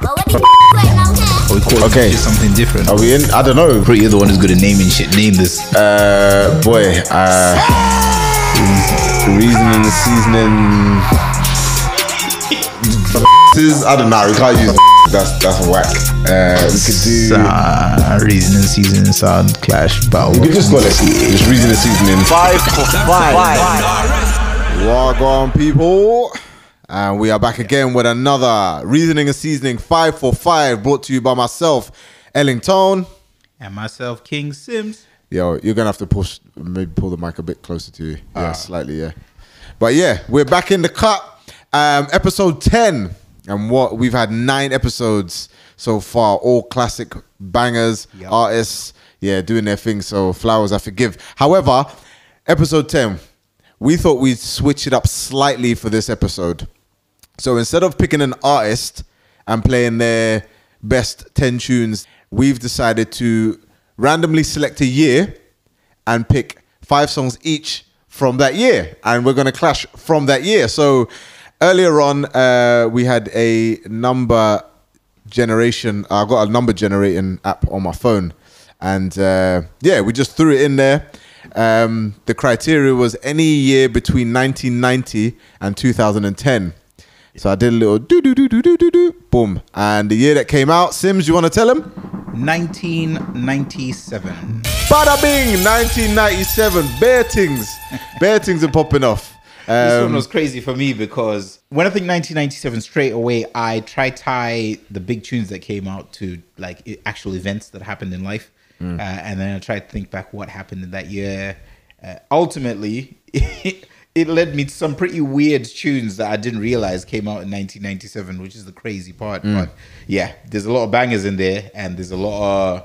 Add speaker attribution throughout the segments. Speaker 1: But what the right now, huh?
Speaker 2: Or we call
Speaker 3: Okay.
Speaker 2: it something different.
Speaker 3: Are we in? I don't know.
Speaker 2: Bro, you're the one who's good at naming shit. Name this.
Speaker 3: Uh, boy. Uh, reasoning, seasoning. Is, I don't know. We can't use. That's that's whack. Uh, we could do.
Speaker 2: Uh, reason and season, sound clash, battle.
Speaker 3: We could just call it. Just reasoning, seasoning.
Speaker 4: Five for five.
Speaker 3: Welcome, people. And we are back again with another Reasoning and Seasoning 5 for 5 brought to you by myself, Ellington.
Speaker 2: And myself, King Sims.
Speaker 3: Yo, you're going to have to push, maybe pull the mic a bit closer to you. Yeah, slightly, yeah. But yeah, we're back in the cup. Um, episode 10. And what we've had nine episodes so far, all classic bangers, artists, yeah, doing their thing. So flowers, I forgive. However, episode 10, we thought we'd switch it up slightly for this episode. So instead of picking an artist and playing their best 10 tunes, we've decided to randomly select a year and pick five songs each from that year. And we're going to clash from that year. So earlier on, uh, we had a number generation. I got a number generating app on my phone. And uh, yeah, we just threw it in there. Um, the criteria was any year between 1990 and 2010. So I did a little do do do do do do do boom, and the year that came out, Sims, you want to tell him?
Speaker 2: 1997.
Speaker 3: Bada bing, 1997, Bear Things, Bear Things are popping off.
Speaker 2: This
Speaker 3: Um,
Speaker 2: one was crazy for me because when I think 1997 straight away, I try tie the big tunes that came out to like i- actual events that happened in life, uh, and then I tried to think back what happened in that year. Uh, ultimately, it, led me to some pretty weird tunes that I didn't realize came out in 1997, which is the crazy part. But yeah, there's a lot of bangers in there, and there's a lot of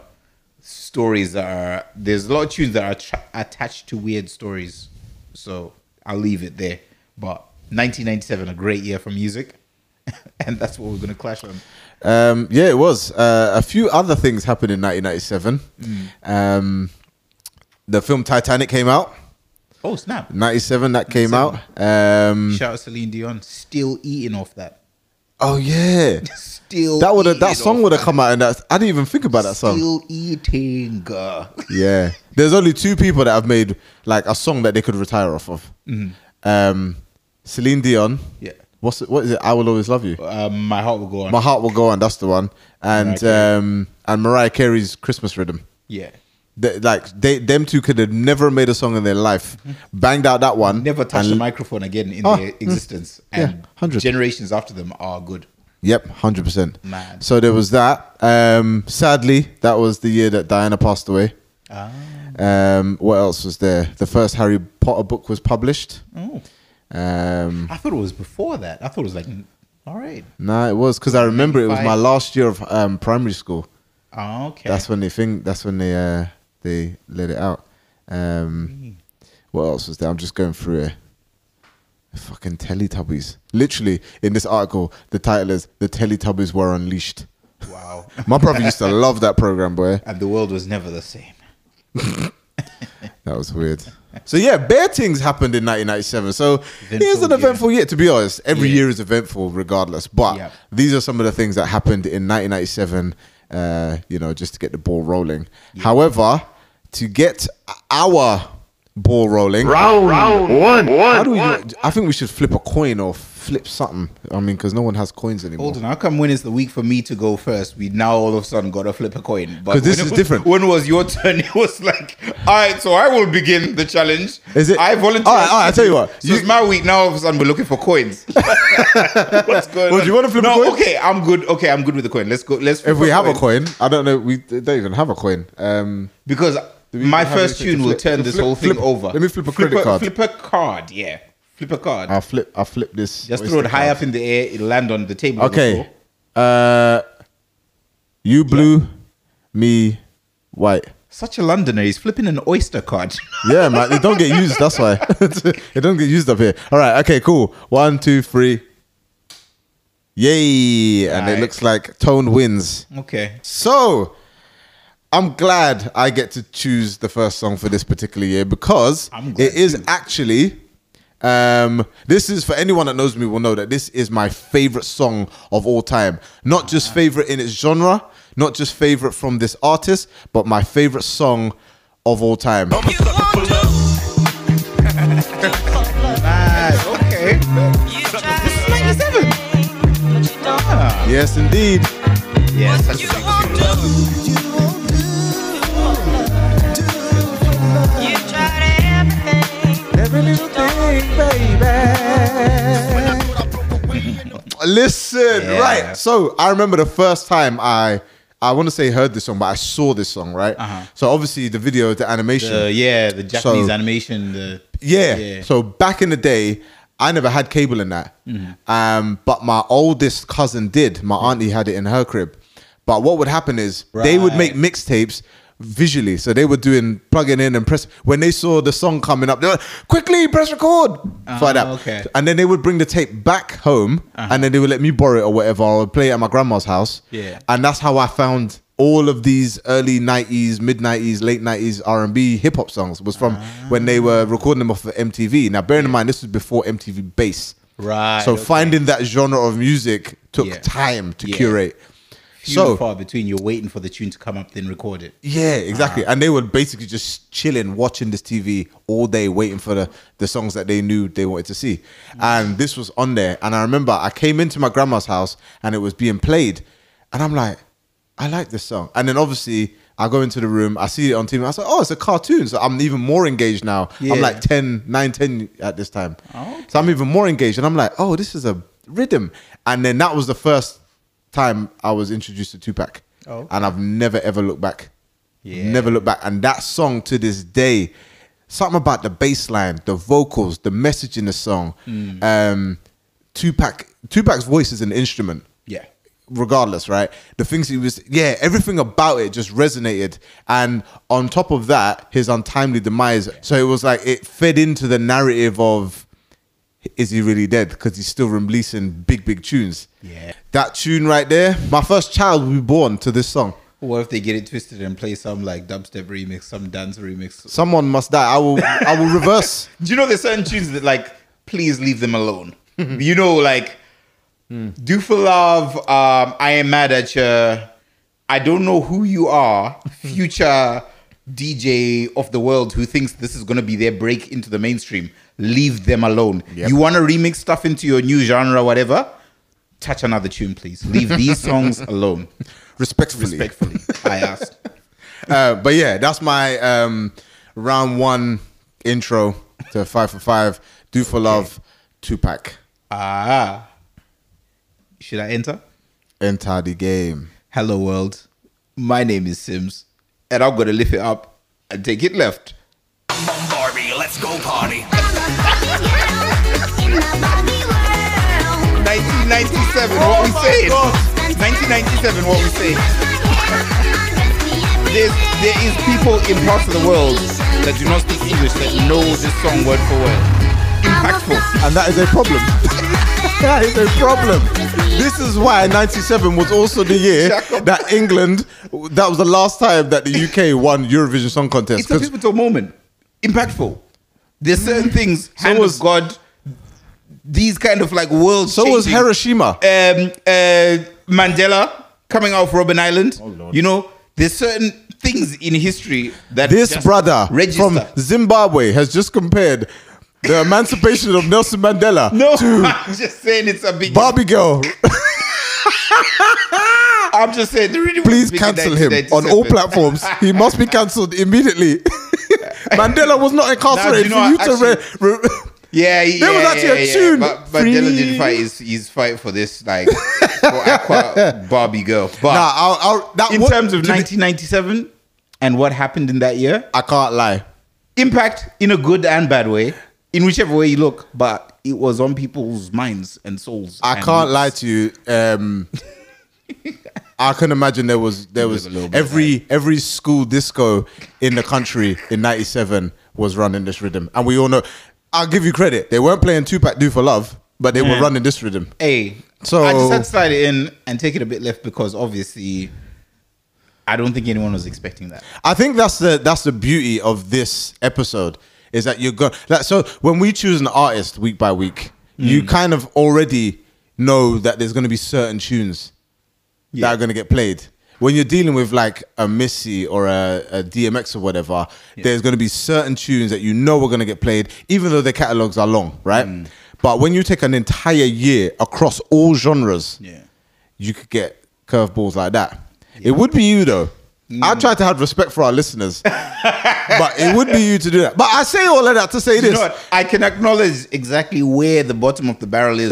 Speaker 2: stories that are there's a lot of tunes that are tra- attached to weird stories. So I'll leave it there. But 1997, a great year for music, and that's what we're gonna clash on.
Speaker 3: um, yeah, it was. Uh, a few other things happened in 1997.
Speaker 2: Hmm.
Speaker 3: Um, the film Titanic came out,
Speaker 2: Oh snap!
Speaker 3: Mm. 97. That came out. Um,
Speaker 2: Shout out Celine Dion, still eating off that.
Speaker 3: oh yeah,
Speaker 2: Still
Speaker 3: that would have
Speaker 2: eating
Speaker 3: that song
Speaker 2: off
Speaker 3: would have
Speaker 2: that.
Speaker 3: come out, and that I didn't even think about that song.
Speaker 2: Still eating. uh.
Speaker 3: Yeah. There's only two people that have made like a song that they could retire off of. Um, Celine Dion.
Speaker 2: Mm-hmm. Yeah.
Speaker 3: What's it, what is it? I will always love you.
Speaker 2: Um, my heart will go on.
Speaker 3: My heart will go on. That's the one. And
Speaker 2: Mariah
Speaker 3: um, and Mariah Carey's Christmas rhythm.
Speaker 2: yeah,
Speaker 3: They, like they, them two could have never made a song in their life. Banged out that one.
Speaker 2: Mm-hmm. never touched
Speaker 3: and-
Speaker 2: a microphone again in
Speaker 3: Oh,
Speaker 2: their
Speaker 3: mm.
Speaker 2: existence,
Speaker 3: Yeah,
Speaker 2: and
Speaker 3: 100.
Speaker 2: generations after them are good.
Speaker 3: Yep, hundred percent.
Speaker 2: Mad.
Speaker 3: So there was that. Um, sadly, that was the year that Diana passed away.
Speaker 2: Ah.
Speaker 3: Um, what else was there? The first Harry Potter book was published.
Speaker 2: Oh.
Speaker 3: Um,
Speaker 2: I thought it was before that. I thought it was like, all right.
Speaker 3: No, it was because I remember it was my
Speaker 2: Five.
Speaker 3: last year of um, primary school.
Speaker 2: Oh, okay.
Speaker 3: That's when they think. That's when they uh, they let it out.
Speaker 2: Mm.
Speaker 3: Um, what else was there? I'm just going through it. Fucking Teletubbies. Literally, in this article, the title is "The Teletubbies Were Unleashed."
Speaker 2: wow.
Speaker 3: My brother used to love that program, boy.
Speaker 2: and the world was never the same.
Speaker 3: That was weird. So yeah, bear things happened in 1997. So here's an
Speaker 2: Eventful year.
Speaker 3: eventful year. To be honest, every
Speaker 2: Yeah.
Speaker 3: year is eventful, regardless. But
Speaker 2: Yep.
Speaker 3: these are some of the things that happened in 1997. Uh, you know, just to get the ball rolling. However, to get our ball rolling,
Speaker 5: Round, one,
Speaker 3: how
Speaker 5: one,
Speaker 3: do we?
Speaker 5: one.
Speaker 3: I think we should flip a coin or flip something. I mean, because no one has coins anymore.
Speaker 2: Hold on, how come when it's the week for me to go first, we now all of a sudden got to flip a coin?
Speaker 3: 'Cause this
Speaker 2: when
Speaker 3: is
Speaker 2: it-
Speaker 3: different.
Speaker 2: When was your turn? It was like, all right, so I will begin the challenge.
Speaker 3: Is it-
Speaker 2: I volunteer.
Speaker 3: All right, all right, I tell you what,
Speaker 2: So
Speaker 3: you-
Speaker 2: it's my week now. All of a sudden, we're looking for coins. What's going
Speaker 3: Well,
Speaker 2: on?
Speaker 3: do you wanna flip a
Speaker 2: no,
Speaker 3: coin?
Speaker 2: Okay, I'm good. Okay, I'm good with the coin. Let's go. Let's. flip
Speaker 3: If we have a coin, I don't know. We don't even have a coin. Um,
Speaker 2: because
Speaker 3: we
Speaker 2: my
Speaker 3: have
Speaker 2: first
Speaker 3: anything to
Speaker 2: tune will
Speaker 3: flip?
Speaker 2: turn this
Speaker 3: Flip-
Speaker 2: whole
Speaker 3: flip-
Speaker 2: thing over.
Speaker 3: let me flip a credit card.
Speaker 2: Flip a card. Yeah, flip a card.
Speaker 3: I'll flip. I'll flip this.
Speaker 2: Just
Speaker 3: oyster
Speaker 2: throw it high
Speaker 3: card.
Speaker 2: up in the air. It'll land on the table.
Speaker 3: Okay.
Speaker 2: also.
Speaker 3: Uh, you blue, me white.
Speaker 2: Such a Londoner. He's flipping an oyster card.
Speaker 3: Yeah, man, it don't get used. That's why it don't get used up here. All right. Okay. Cool. One, two, three. Yay! And it
Speaker 2: Right.
Speaker 3: looks like tone wins.
Speaker 2: okay.
Speaker 3: So. I'm glad I get to choose the first song for this particular year because
Speaker 2: I'm glad
Speaker 3: it is actually Um, this is for anyone that knows me will know that this is my favorite song of all time. Not just favorite in its genre, not just favorite from this artist, but my favorite song of all time.
Speaker 2: Oh
Speaker 4: I'm a sucker for love.
Speaker 2: okay.
Speaker 5: This is
Speaker 2: 97. Ah,
Speaker 3: Yes, indeed.
Speaker 2: yeah, such a big tune.
Speaker 3: Listen,
Speaker 2: Yeah.
Speaker 3: right. So I remember the first time I. I want to say heard this song, but I saw this song, right?
Speaker 2: Uh-huh.
Speaker 3: So obviously the video, the animation,
Speaker 2: The- yeah, the Japanese
Speaker 3: So-
Speaker 2: animation. The
Speaker 3: Yeah.
Speaker 2: Yeah.
Speaker 3: So back in the day, I never had cable in that.
Speaker 2: Mm-hmm.
Speaker 3: Um, but my oldest cousin did. My auntie had it in her crib. But what would happen is they would make
Speaker 2: Right.
Speaker 3: mixtapes visually. So they were doing plugging in and press. When they saw the song coming up, they were like, quickly press record. So like that.
Speaker 2: Ah, okay.
Speaker 3: And then they would bring the tape back home and then they would let me borrow it or whatever. I would play it at my grandma's house.
Speaker 2: Uh-huh. Yeah.
Speaker 3: And that's how I found all of these early 90s, mid 90s, late 90s R&B hip hop songs was
Speaker 2: Ah.
Speaker 3: from when they were recording them off of MTV. Now bearing in mind this was before MTV bass.
Speaker 2: Right,
Speaker 3: So
Speaker 2: okay.
Speaker 3: finding that genre of music took
Speaker 2: Yeah.
Speaker 3: time to
Speaker 2: Yeah.
Speaker 3: curate.
Speaker 2: few
Speaker 3: so
Speaker 2: and far between. You're waiting for the tune to come up, then record it.
Speaker 3: yeah, exactly. And they were basically just chilling, watching this TV all day, waiting for the, the songs that they knew they wanted to see. And this was on there. And I remember I came into my grandma's house and it was being played. And I'm like, I like this song. And then obviously I go into the room, I see it on TV. I was like, oh, it's a cartoon. So I'm even more engaged now. I'm
Speaker 2: Yeah.
Speaker 3: like 10, 9, 10 at this time. So I'm even more engaged. And I'm like, oh, this is a rhythm. And then that was the first time I was introduced to Tupac.
Speaker 2: Oh.
Speaker 3: And I've never, ever looked back.
Speaker 2: Yeah.
Speaker 3: Never look back. And that song to this day, something about the bass line, the vocals, the message in the song.
Speaker 2: Hmm.
Speaker 3: Um, Tupac, Tupac's voice is an instrument.
Speaker 2: Yeah.
Speaker 3: Regardless, right? The things he was, yeah, everything about it just resonated. And on top of that, his untimely demise. So it was like it fed into the narrative of is he really dead? Because he's still releasing big, big tunes.
Speaker 2: Yeah.
Speaker 3: That tune right there, my first child will be born to this song.
Speaker 2: What if they get it twisted and play some like dubstep remix, some dance remix?
Speaker 3: Someone must die. I will. I will reverse.
Speaker 2: Do you know there's certain tunes that like please leave them alone? you know, like Do for Love, um, I Am Mad at You, I Don't Know Who You Are, future DJ of the world who thinks this is gonna be their break into the mainstream. Leave them alone.
Speaker 3: Yep.
Speaker 2: You wanna remix stuff into your new genre, whatever? Touch another tune, please. Leave these songs alone.
Speaker 3: respectfully.
Speaker 2: Respectfully, I ask.
Speaker 3: Uh, but yeah, that's my um, round one intro to five for five. Do for love, Tupac.
Speaker 2: Ah, should I enter?
Speaker 3: Enter the game.
Speaker 2: Hello, world. My name is Sims, and I'm gonna lift it up and take it left.
Speaker 4: Barbie, let's go party.
Speaker 1: What
Speaker 2: 1997, what
Speaker 3: Oh
Speaker 2: we saying? 1997, what we saying? There's, there is people in parts of the world that do not speak English that know this song word for word. Impactful.
Speaker 3: And that is a problem. that is a problem. This is why 97 was also the year that England, that was the last time that the UK won Eurovision Song Contest.
Speaker 2: It's a
Speaker 3: 'Cause
Speaker 2: pivotal moment. Impactful. There's certain things. Hand
Speaker 3: was-
Speaker 2: of God. These kind of like world.
Speaker 3: so was
Speaker 2: changing-
Speaker 3: Hiroshima.
Speaker 2: um, uh, Mandela coming out of Robben Island.
Speaker 3: Oh,
Speaker 2: you know, there's certain things in history that
Speaker 3: This
Speaker 2: just
Speaker 3: brother
Speaker 2: register.
Speaker 3: from Zimbabwe has just compared the emancipation of Nelson Mandela
Speaker 2: no,
Speaker 3: to
Speaker 2: I'm just saying it's a big.
Speaker 3: Barbie Girl.
Speaker 2: I'm just saying. the reason
Speaker 3: Please
Speaker 2: we speak in
Speaker 3: cancel him on all
Speaker 2: 1997.
Speaker 3: platforms. He must be cancelled immediately. Mandela was not incarcerated
Speaker 2: Nah, do you know
Speaker 3: for you
Speaker 2: what,
Speaker 3: to. Re- re-
Speaker 2: Yeah, yeah,
Speaker 3: There was actually a
Speaker 2: yeah, yeah.
Speaker 3: tune.
Speaker 2: But, but Dylan
Speaker 3: Free.
Speaker 2: did fight his, his fight for this like for Aqua Barbie girl. But
Speaker 3: nah, I'll, I'll, that
Speaker 2: in
Speaker 3: wa-
Speaker 2: terms of
Speaker 3: to be-
Speaker 2: 1997 and what happened in that year,
Speaker 3: I can't lie.
Speaker 2: impact in a good and bad way, in whichever way you look, but it was on people's minds and souls.
Speaker 3: I
Speaker 2: and
Speaker 3: can't
Speaker 2: looks.
Speaker 3: lie to you. Um, I can imagine there was there was
Speaker 2: a little bit
Speaker 3: every every school disco in the country in '97 was running this rhythm, and we all know. I'll give you credit; they weren't playing Tupac "Do for Love," but they were
Speaker 2: Yeah.
Speaker 3: running this rhythm.
Speaker 2: Hey,
Speaker 3: So-
Speaker 2: so I just had to slide it in and take it a bit left because obviously, I don't think anyone was expecting that.
Speaker 3: I think that's the that's the beauty of this episode Is that you're going that so when we choose an artist week by week, you kind of already know that there's gonna be certain tunes that are going to get played. When you're dealing with like a Missy or a, a DMX or whatever, there's going to be certain tunes that you know are going to get played, even though their catalogs are long, right? But when you take an entire year across all genres,
Speaker 2: Yeah.
Speaker 3: you could get curveballs like that. It would be you though.
Speaker 2: Mm.
Speaker 3: I try to have respect for our listeners, but it would be you to do that. But I say all of that to say
Speaker 2: You
Speaker 3: this.
Speaker 2: know what? I can acknowledge exactly where the bottom of the barrel is,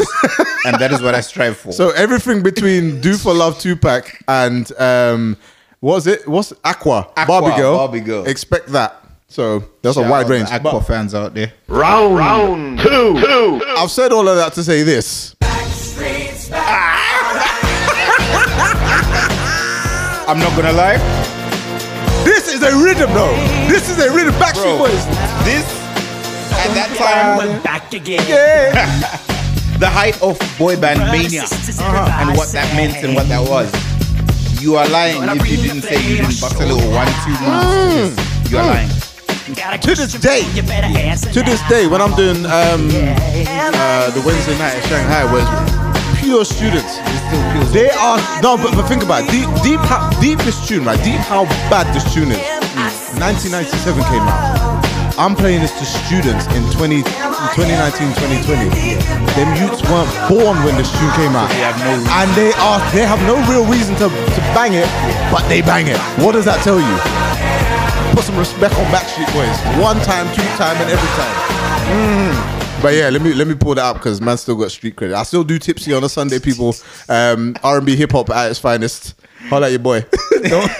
Speaker 2: and that is what I strive for.
Speaker 3: So everything between Do for Love Tupac and um, what was it? What's Aqua,
Speaker 2: Aqua,
Speaker 3: Barbie Girl?
Speaker 2: Barbie Girl.
Speaker 3: Expect that. So that's
Speaker 2: Shout
Speaker 3: a
Speaker 2: out
Speaker 3: wide
Speaker 2: to
Speaker 3: range.
Speaker 2: Aqua
Speaker 3: But
Speaker 2: fans out there.
Speaker 3: I've said all of that to say this.
Speaker 2: I'm not gonna lie,
Speaker 3: This is a rhythm, though. This is a rhythm. Backstreet
Speaker 2: bro.
Speaker 3: Boys.
Speaker 2: This at that time,
Speaker 4: We're back again.
Speaker 3: Yeah.
Speaker 2: the height of boy band mania, uh-huh, and what that meant and what that was. You are lying if you didn't say you didn't bust a little one two moves. You are lying.
Speaker 4: To
Speaker 3: this day. To this day, when I'm doing um, uh, the Wednesday night at Shanghai, where it's pure students, they are no. But, but think about it. deep, deep, how, deep this tune, right? Deep, how bad this tune is. 1997 came out. I'm playing this to students in 20, 2019, 2020. Them youths weren't born when this tune came out.
Speaker 2: They have no reason.
Speaker 3: and they are they have no real reason to, to bang it, but they bang it. What does that tell you? Put some respect on Backstreet Boys. One time, two time, and every time. Mm. But yeah, let me let me pull that up because man still got street credit. I still do tipsy on a Sunday, people. Um, R and B hip hop at its finest. Holla at your boy. don't,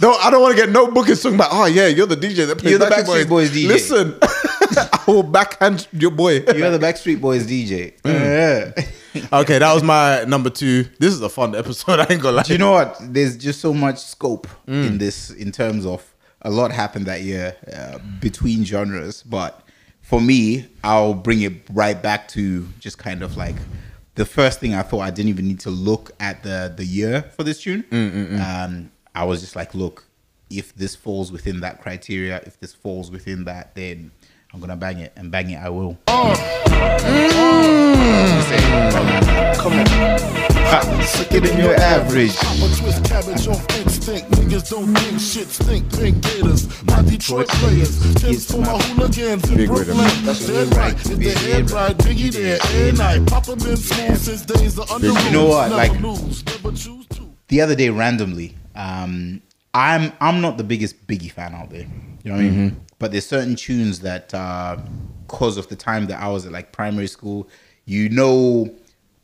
Speaker 3: don't- I don't want to get no bookings talking about. Oh yeah, you're the DJ that plays
Speaker 2: You're the Backstreet Boys DJ."
Speaker 3: Listen, I will backhand your boy.
Speaker 2: You're the Backstreet Boys DJ. Yeah.
Speaker 3: Okay, that was my number two. This is a fun episode. I ain't gonna lie.
Speaker 2: Do you know what? There's just so much scope in this in terms of a lot happened that year uh, between genres. But for me, I'll bring it right back to just kind of like the first thing I thought I didn't even need to look at the the year for this tune. Um, I was just like, look, if this falls within that criteria, if this falls within that, then I'm gonna bang it and bang it. I will. Stick it in your average.
Speaker 5: I'm a twist cabbage off instinct. Niggas don't think shit stink. Pink gators, my Detroit players. Tips for my hooligans in
Speaker 3: Big
Speaker 5: Brooklyn.
Speaker 3: rhythm.
Speaker 5: That's dead right. Hit the head right. Biggie there, A night. Papa been smooth since days of under
Speaker 2: You know what, like-
Speaker 5: lose, never choose to.
Speaker 2: the other day randomly um i'm i'm not the biggest biggie fan out there you know what i
Speaker 3: Mm-hmm.
Speaker 2: mean but there's certain tunes that uh cause of the time that i was at like primary school you know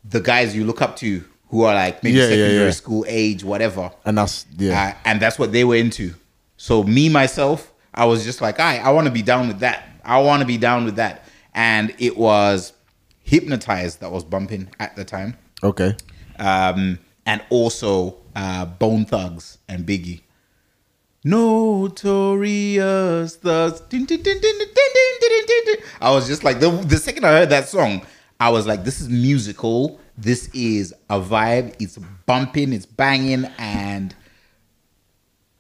Speaker 2: the guys you look up to who are like maybe
Speaker 3: Yeah, yeah,
Speaker 2: secondary
Speaker 3: yeah.
Speaker 2: school age whatever
Speaker 3: And that's yeah.
Speaker 2: uh, and that's what they were into. So me myself, I was just like, I, I want to be down with that. I want to be down with that. And it was hypnotized that was bumping at the time,
Speaker 3: okay.
Speaker 2: um, and also uh, Bone Thugs and Biggie. Notorious thugs. Dun, dun, dun, dun, dun, dun, dun, dun, dun, dun. I was just like, the, the second I heard that song, I was like, this is musical. This is a vibe. It's bumping, it's banging, and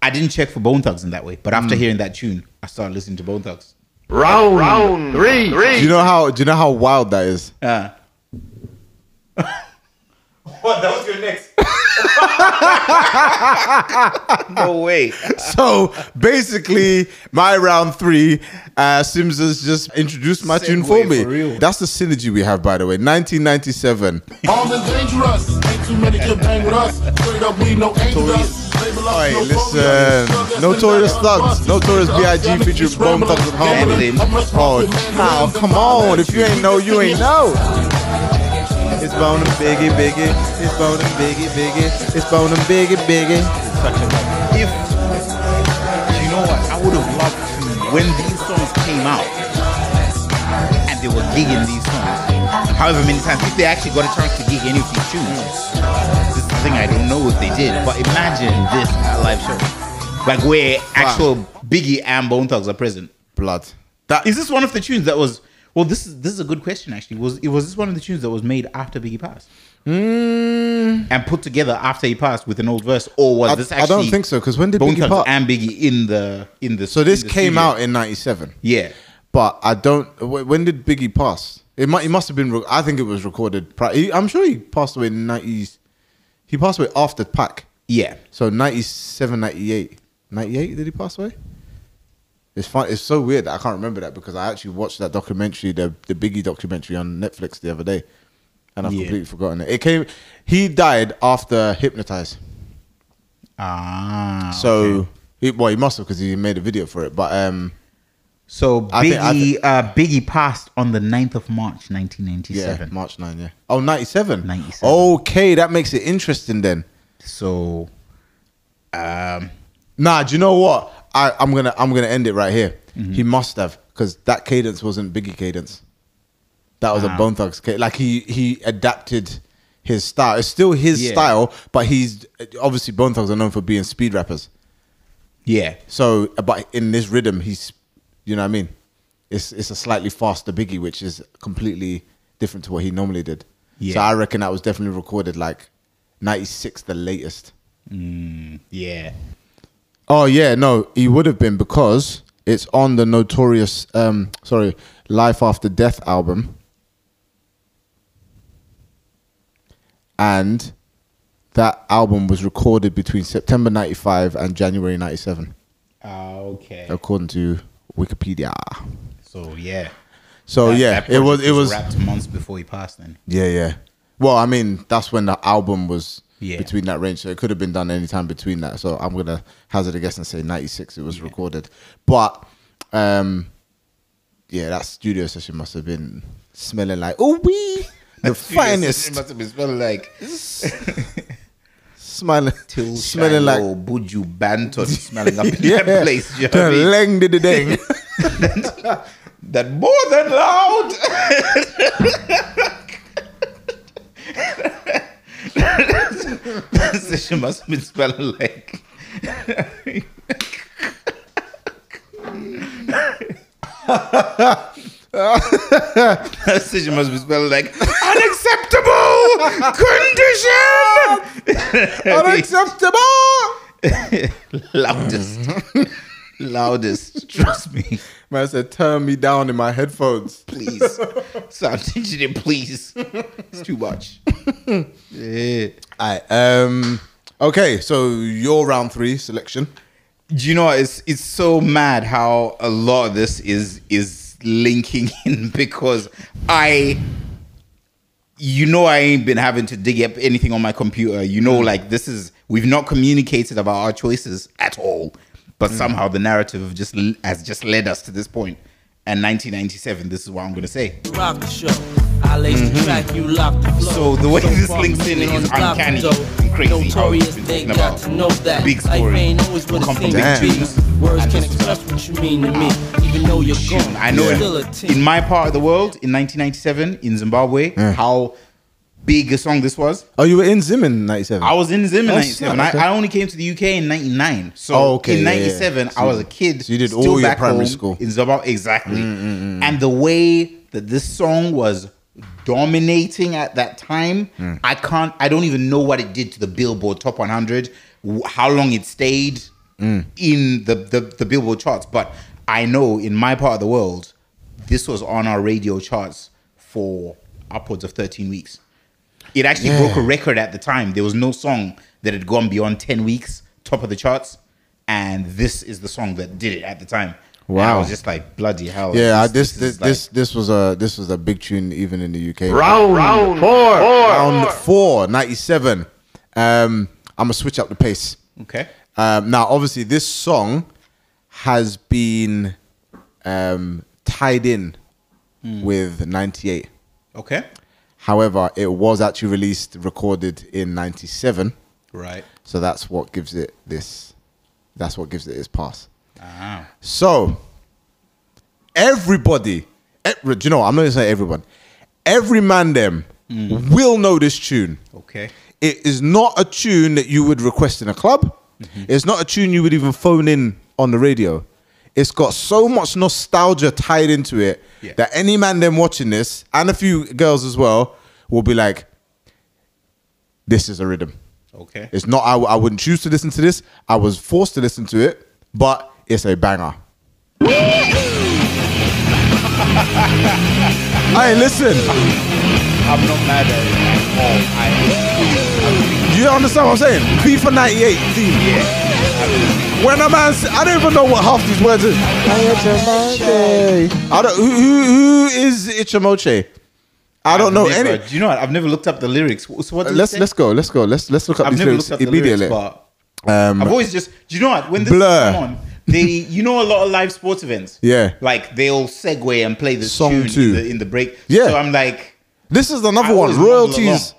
Speaker 2: I didn't check for Bone Thugs in that way. But after hearing that tune, I started listening to Bone Thugs.
Speaker 3: Do you know how? Do you know how wild that is?
Speaker 2: Uh, what? That was your next. no way.
Speaker 3: so basically, my round three, uh, Sims has just introduced my tune for
Speaker 2: Segue
Speaker 3: me.
Speaker 2: for real.
Speaker 3: That's the synergy we have, by the way. 1997.
Speaker 5: Armed and dangerous. Ain't too many can bang with us. Straight up, we no angels. Label us
Speaker 3: Oi,
Speaker 5: no
Speaker 3: listen.
Speaker 5: phobias.
Speaker 3: Notorious
Speaker 5: Thugs
Speaker 3: Thugs.
Speaker 5: and
Speaker 3: Notorious B.I.G. featuring Bone Thugs and Harmony. Oh, now come on. If you ain't know, you ain't know. It's Bone and Biggie, Biggie. It's Bone and Biggie, Biggie. It's Bone and Biggie, Biggie.
Speaker 2: if you know what, I would have loved to when these songs came out and they were gigging these songs. However many times, if they actually got a chance to gig any of these tunes, this is the thing I don't know if they did. But imagine this at a live show, like where actual Biggie and Bone Thugs are present.
Speaker 3: Blood. That
Speaker 2: Is this one of the tunes that was? Well, this is this is a good question actually. Was it was this one of the tunes that was made after Biggie passed? and put together after he passed with an old verse, or was
Speaker 3: Mm. I,
Speaker 2: this
Speaker 3: I
Speaker 2: actually?
Speaker 3: don't think so because when did
Speaker 2: Bone
Speaker 3: Biggie
Speaker 2: Thugs
Speaker 3: part?
Speaker 2: and Biggie in the in the.
Speaker 3: So this
Speaker 2: in the
Speaker 3: came
Speaker 2: studio.
Speaker 3: out in '97.
Speaker 2: Yeah,
Speaker 3: But I don't. wh- When did Biggie pass? It must. It must have been. re- I think it was recorded. pri- he- I'm sure he passed away in nineties. He passed away after Pac.
Speaker 2: yeah.
Speaker 3: So 97, 98. 98, Did he pass away? It's fun. It's so weird. that I can't remember that because I actually watched that documentary, the the Biggie documentary on Netflix the other day, and I've
Speaker 2: Yeah.
Speaker 3: completely forgotten it. It came. He died after hypnotized.
Speaker 2: Ah,
Speaker 3: So. He, well, he must have because he made a video for it. But um,
Speaker 2: so
Speaker 3: I think- I
Speaker 2: Biggie uh, Biggie passed on the 9th of March, nineteen ninety
Speaker 3: yeah,
Speaker 2: seven.
Speaker 3: March 9, yeah. Oh, 97.
Speaker 2: 97.
Speaker 3: Okay, that makes it interesting then.
Speaker 2: So
Speaker 3: Nah, do you know what? I, I'm gonna I'm gonna end it right here. He must have because that cadence wasn't Biggie cadence. That was a Bone Thugs cadence. Like he he adapted his style. It's still his
Speaker 2: Yeah.
Speaker 3: style, but he's obviously Bone Thugs are known for being speed rappers.
Speaker 2: yeah,
Speaker 3: So, uh, but in this rhythm, he's you know what I mean. It's it's a slightly faster Biggie, which is completely different to what he normally did. So
Speaker 2: Yeah.
Speaker 3: I reckon that was definitely recorded like '96, the latest.
Speaker 2: yeah.
Speaker 3: Oh yeah, no, he would have been because it's on the notorious um sorry, Life After Death album. And that album was recorded between September 95 and January 97
Speaker 2: Ah, okay.
Speaker 3: according to Wikipedia.
Speaker 2: So yeah.
Speaker 3: So
Speaker 2: That-
Speaker 3: Oh, yeah,
Speaker 2: that
Speaker 3: it was
Speaker 2: project
Speaker 3: it was
Speaker 2: wrapped months before he passed. Then
Speaker 3: yeah, yeah. Well, I mean, that's when the album was
Speaker 2: Yeah.
Speaker 3: between that range, so it could have been done any time between that. So I'm gonna hazard a guess and say '96 it was recorded, but um, yeah, that studio session must have been smelling like oh wee, the
Speaker 2: It
Speaker 3: finest,
Speaker 2: must have been smelling like
Speaker 3: smelling,
Speaker 2: till
Speaker 3: smelling like
Speaker 2: buju banton smelling up in
Speaker 3: yeah,
Speaker 2: that place. You know what I mean?
Speaker 3: leng did the ding.
Speaker 2: that more than loud. that session must have been spelling like. that session must be spelling like unacceptable condition.
Speaker 3: Unacceptable.
Speaker 2: loudest, loudest. Trust me.
Speaker 3: Man said, "Turn me down in my headphones."
Speaker 2: please. Stop teaching it, please. It's too much. Yeah.
Speaker 3: All right. Um, okay, so your round three selection.
Speaker 2: Do you know what? it's it's so mad how a lot of this is is linking in because I you know I ain't been having to dig up anything on my computer. You know, like this is we've not communicated about our choices at all, but somehow the narrative just l- has just led us to this point. And 1997, this is what I'm gonna say.
Speaker 6: rock the show. I lace the track, you lock the
Speaker 2: Mm-hmm. So
Speaker 6: flow.
Speaker 2: the way this
Speaker 6: far
Speaker 2: links
Speaker 6: we
Speaker 2: in
Speaker 6: on
Speaker 2: is
Speaker 6: the block
Speaker 2: uncanny
Speaker 6: though.
Speaker 2: and crazy how it's
Speaker 6: Notorious,
Speaker 2: been
Speaker 6: they
Speaker 2: talking
Speaker 6: got
Speaker 2: about
Speaker 6: to know that.
Speaker 2: big
Speaker 6: Life
Speaker 2: story.
Speaker 6: ain't always what
Speaker 2: Come
Speaker 6: it
Speaker 2: from
Speaker 6: seems
Speaker 2: big
Speaker 6: to
Speaker 2: Jews.
Speaker 6: be. Words
Speaker 2: And
Speaker 6: can't
Speaker 2: this is
Speaker 6: express what you mean to me, even though you're gone.
Speaker 2: I know
Speaker 6: you're
Speaker 2: it.
Speaker 6: still a
Speaker 2: in
Speaker 6: team.
Speaker 2: my part of the world in 1997 in Zimbabwe how big a song this was.
Speaker 3: Oh, you were in Zim in '97.
Speaker 2: I was in Zim in
Speaker 3: Oh,
Speaker 2: 97.
Speaker 3: snap,
Speaker 2: I,
Speaker 3: okay.
Speaker 2: I only came to the UK in 99. So
Speaker 3: Oh, okay,
Speaker 2: in
Speaker 3: yeah, yeah.
Speaker 2: 97,
Speaker 3: So
Speaker 2: I
Speaker 3: you-
Speaker 2: was a kid.
Speaker 3: so you did
Speaker 2: still
Speaker 3: all your
Speaker 2: back
Speaker 3: primary
Speaker 2: home
Speaker 3: school. Mm,
Speaker 2: In Zimbabwe, exactly. And the way that this song was dominating at that time,
Speaker 3: Mm.
Speaker 2: I can't, I don't even know what it did to the Billboard Top 100, wh- how long it stayed
Speaker 3: Mm.
Speaker 2: in the, the, the Billboard charts. But I know in my part of the world, this was on our radio charts for upwards of 13 weeks. It actually
Speaker 3: Yeah.
Speaker 2: broke a record at the time. There was no song that had gone beyond 10 weeks, top of the charts. And this is the song that did it at the time. And I
Speaker 3: Wow.
Speaker 2: was just like, bloody hell.
Speaker 3: Yeah, I, this this
Speaker 2: is
Speaker 3: this, this, was a this was a big tune even in the UK.
Speaker 7: Round, four, four.
Speaker 3: Round four, 97. Um, I'm gonna switch up the pace.
Speaker 2: like- okay.
Speaker 3: Um, now, obviously, this song has been um, tied in
Speaker 2: Hmm.
Speaker 3: with '98.
Speaker 2: Okay.
Speaker 3: However, it was actually released, recorded in '97.
Speaker 2: Right.
Speaker 3: So that's what gives it this. That's what gives it its pass. So everybody, e- do you know? what? I'm not gonna say everyone. Every man them will know this tune.
Speaker 2: Okay.
Speaker 3: It is not a tune that you would request in a club. It's not a tune you would even phone in on the radio. It's got so much nostalgia tied into it
Speaker 2: Yeah.
Speaker 3: that any man them watching this and a few girls as well will be like, this is a rhythm.
Speaker 2: Okay.
Speaker 3: It's not, I, I wouldn't choose to listen to this. I was forced to listen to it, but it's a banger. hey, listen,
Speaker 2: I'm not mad at it at all. Oh, I
Speaker 3: you understand what I'm saying? P for 98 theme. When a man, s- I don't even know what half these words is. I don't, who, who, who is Ichimoche? I don't know
Speaker 2: never,
Speaker 3: any.
Speaker 2: Do you know what? I've never looked up the lyrics. So what did it
Speaker 3: Let's
Speaker 2: say?
Speaker 3: let's go. Let's go. Let's let's look up
Speaker 2: I've
Speaker 3: these
Speaker 2: never
Speaker 3: lyrics
Speaker 2: looked up the
Speaker 3: immediately.
Speaker 2: lyrics, but
Speaker 3: um,
Speaker 2: I've always just. Do you know what? When this
Speaker 3: Blur.
Speaker 2: is on, they you know a lot of live sports events.
Speaker 3: Yeah.
Speaker 2: Like they'll segue and play the
Speaker 3: Song
Speaker 2: tune
Speaker 3: too.
Speaker 2: in the, in the break.
Speaker 3: Yeah.
Speaker 2: So I'm like,
Speaker 3: this is another
Speaker 2: I
Speaker 3: one.
Speaker 2: always mumble
Speaker 3: Royalties.
Speaker 2: along.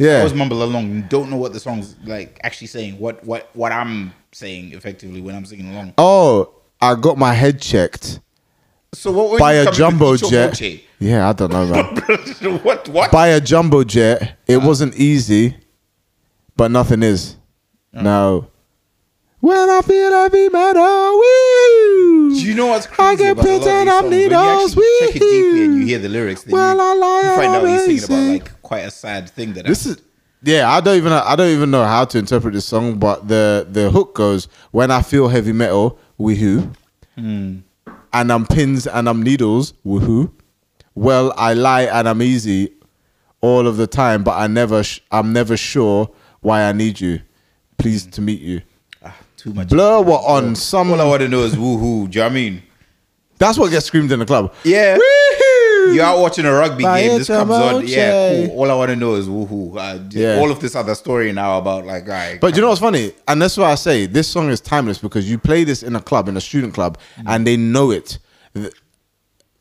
Speaker 2: I
Speaker 3: Yeah.
Speaker 2: always mumble along and don't know what the song's like actually saying. What what what I'm saying effectively when I'm singing along.
Speaker 3: Oh, I got my head checked
Speaker 2: So what? when
Speaker 3: by
Speaker 2: you
Speaker 3: a
Speaker 2: come to
Speaker 3: jumbo jet.
Speaker 2: Ichimoche-
Speaker 3: Yeah, I don't know, man.
Speaker 2: what what?
Speaker 3: by a jumbo jet. It wasn't easy, but nothing is. No. When I feel I be metal, woo.
Speaker 2: Do you know what's
Speaker 3: I
Speaker 2: crazy
Speaker 3: can
Speaker 2: about a lot of these
Speaker 3: pretend I'm
Speaker 2: songs? When you
Speaker 3: needles,
Speaker 2: actually check it deeply and you
Speaker 3: woo.
Speaker 2: hear the lyrics, then
Speaker 3: Well,
Speaker 2: you,
Speaker 3: I lie
Speaker 2: you
Speaker 3: and
Speaker 2: find out he's singing about
Speaker 3: amazing.
Speaker 2: like quite a sad thing that
Speaker 3: This
Speaker 2: this
Speaker 3: is yeah. I don't even I don't even know how to interpret this song, but the the hook goes: When I feel heavy metal, woohoo, and I'm pins and I'm needles, woohoo. Well, I lie and I'm easy all of the time, but I never sh- I'm never sure why I need you. Pleased to meet you.
Speaker 2: too much.
Speaker 3: Blur were on some.
Speaker 2: All I want to know is woohoo. Do you know what I mean?
Speaker 3: That's what gets screamed in the club.
Speaker 2: Yeah.
Speaker 3: Woohoo!
Speaker 2: You're out watching a rugby
Speaker 3: By
Speaker 2: game. This comes on. Yeah,
Speaker 3: Ichimoche.
Speaker 2: cool. All I want to know is woohoo. Uh, d-
Speaker 3: Yeah.
Speaker 2: All of this other story now about like, all right,
Speaker 3: But you know what's funny? And that's why I say this song is timeless because you play this in a club, in a student club, and they know it. Th-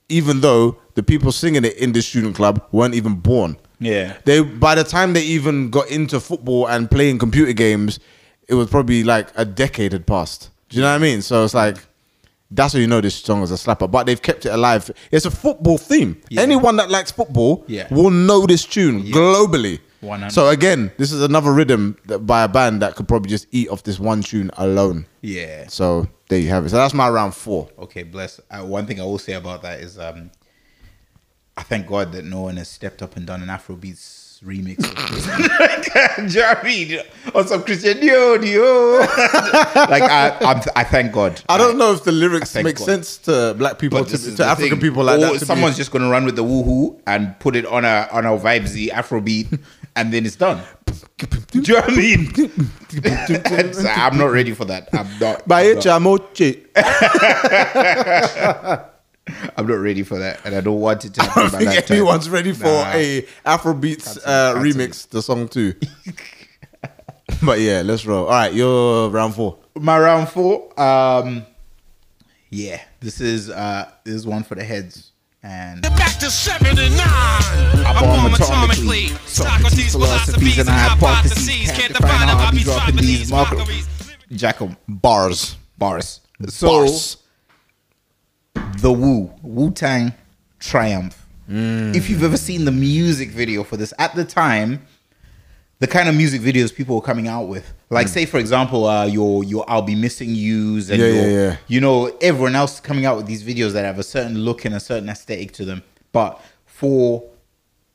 Speaker 3: Even though the people singing it in the student club weren't even born.
Speaker 2: Yeah.
Speaker 3: They by the time they even got into football and playing computer games, it was probably like a decade had passed. Do you know what I mean? So it's like that's how you know this song is a slapper. But they've kept it alive. It's a football theme.
Speaker 2: Yeah.
Speaker 3: Anyone that likes football
Speaker 2: Yeah.
Speaker 3: will know this tune globally.
Speaker 2: 100.
Speaker 3: So again, this is another rhythm that, by a band that could probably just eat off this one tune alone.
Speaker 2: yeah.
Speaker 3: So there you have it. So that's my round four.
Speaker 2: Okay, bless. Uh, one thing I will say about that is, um, I thank God that no one has stepped up and done an Afrobeats remix. of- Do you know what I mean? Or some Christian Dio Dio. like I, I'm, I thank God.
Speaker 3: I don't know if the lyrics
Speaker 2: Thank
Speaker 3: make
Speaker 2: God.
Speaker 3: sense to black people,
Speaker 2: this
Speaker 3: to,
Speaker 2: is
Speaker 3: to
Speaker 2: the
Speaker 3: African
Speaker 2: thing.
Speaker 3: people like
Speaker 2: or
Speaker 3: that. to be-
Speaker 2: someone's just gonna run with the woohoo and put it on a on a vibesy Afrobeat, and then it's done. Do you know what I mean? It's- I'm not ready for that. I'm not.
Speaker 3: By
Speaker 2: I'm not,
Speaker 3: Chamoche.
Speaker 2: I'm not ready for that, and I don't want it to
Speaker 3: I
Speaker 2: happen by
Speaker 3: think
Speaker 2: that time.
Speaker 3: everyone's ready for
Speaker 2: Nah.
Speaker 3: a Afrobeats uh,
Speaker 2: cancel it.
Speaker 3: remix, the song too. but yeah, let's roll. All right, you're round four.
Speaker 2: my round four. Um, yeah, this is uh, this is one for the heads, and
Speaker 4: Back to 79. I'm
Speaker 2: bomb
Speaker 4: born
Speaker 2: atomically.
Speaker 4: atomically. Socrates, philosophies, and hypotheses. Can't define how I be dropping these mockeries.
Speaker 2: Jackal
Speaker 3: Bars.
Speaker 2: bars. So the Wu Wu Tang Triumph.
Speaker 4: Mm.
Speaker 2: If you've ever seen the music video for this at the time, the kind of music videos people were coming out with,
Speaker 4: Mm.
Speaker 2: like say for example, uh, your your I'll be missing yous and
Speaker 3: Yeah,
Speaker 2: your,
Speaker 3: yeah, yeah.
Speaker 2: you know everyone else coming out with these videos that have a certain look and a certain aesthetic to them, but for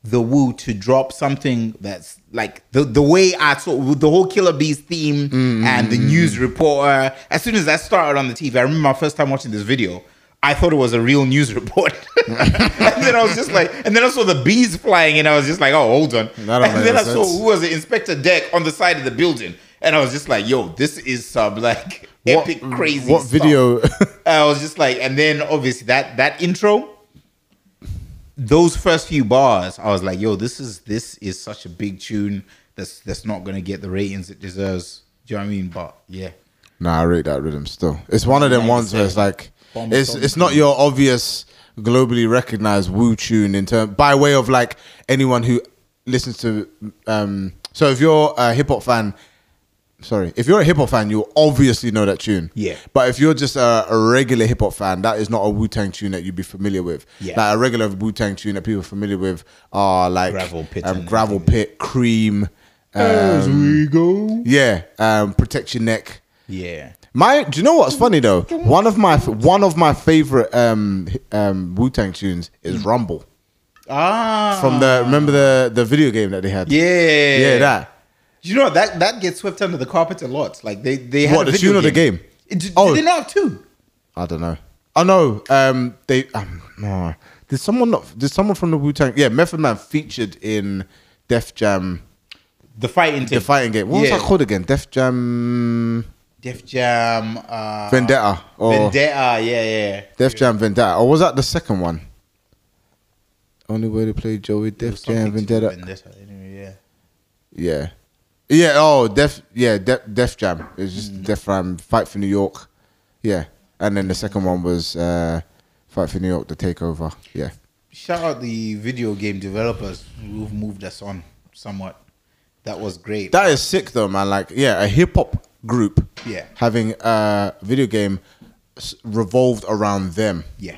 Speaker 2: the Wu to drop something that's like the the way I saw with the whole Killer Bees
Speaker 3: Mm,
Speaker 2: theme and the news reporter. As soon as that started on the TV, I remember my first time watching this video. I thought it was a real news report, and then I was just like, and then I saw the bees flying, and I was just like, oh, hold on.
Speaker 3: That don't
Speaker 2: and
Speaker 3: make
Speaker 2: then
Speaker 3: no
Speaker 2: I saw
Speaker 3: sense.
Speaker 2: who was it, Inspector Deck on the side of the building, and I was just like, yo, this is some like epic crazy.
Speaker 3: What
Speaker 2: stuff.
Speaker 3: video?
Speaker 2: I was just like, and then obviously that that intro, those first few bars, I was like, yo, this is this is such a big tune that's that's not gonna get the ratings it deserves. Do you know what I mean? But yeah.
Speaker 3: nah, I rate that rhythm still. It's one of them ones where it's like
Speaker 2: Bomb
Speaker 3: it's
Speaker 2: song.
Speaker 3: it's not your obvious globally recognized woo tune in term by way of like anyone who listens to um so if you're a hip hop fan sorry, if you're a hip hop fan, you'll obviously know that tune.
Speaker 2: Yeah.
Speaker 3: But if you're just a, a regular hip hop fan, that is not a Wu Tang tune that you'd be familiar with.
Speaker 2: Yeah.
Speaker 3: Like a regular Wu Tang tune that people are familiar with are like
Speaker 2: Gravel Pit
Speaker 3: um,
Speaker 2: and
Speaker 3: gravel
Speaker 2: everything.
Speaker 3: pit, cream. As we go. Yeah. Um, protect your neck.
Speaker 2: Yeah.
Speaker 3: My, do you know what's funny though? One of my one of my favorite um, hi- um, Wu Tang tunes is Rumble
Speaker 2: Ah
Speaker 3: from the remember the the video game that they had.
Speaker 2: Yeah.
Speaker 3: yeah, that.
Speaker 2: You know that that gets swept under the carpet a lot. Like they they had
Speaker 3: What,
Speaker 2: a
Speaker 3: the
Speaker 2: video
Speaker 3: tune or the
Speaker 2: game.
Speaker 3: game?
Speaker 2: It- Did,
Speaker 3: Oh.
Speaker 2: oh, did they have two?
Speaker 3: I don't know. I know. Um, they um, no. did someone not? Did someone from the Wu Tang? Yeah, Method Man featured in Def Jam,
Speaker 2: The fighting
Speaker 3: the
Speaker 2: tape.
Speaker 3: fighting game. What
Speaker 2: Yeah.
Speaker 3: was that called again? Def Jam
Speaker 2: Def Jam. Uh,
Speaker 3: Vendetta or
Speaker 2: Vendetta. Yeah, yeah.
Speaker 3: Def Jam Vendetta, or was that the second one? Only way to play Joey Def Jam
Speaker 2: Something to
Speaker 3: Vendetta.
Speaker 2: Vendetta. Anyway, yeah.
Speaker 3: Yeah. Yeah, oh, Def, yeah, Def, Def Jam. It's just
Speaker 2: Mm.
Speaker 3: Def Jam, Fight for New York. Yeah. And then the second one was uh, Fight for New York, The Takeover. Yeah.
Speaker 2: Shout out the video game developers who've moved us on somewhat. That was great.
Speaker 3: That is sick though, man. Like, yeah, a hip hop group
Speaker 2: Yeah.
Speaker 3: having a video game s- revolved around them. Uh,
Speaker 2: yeah.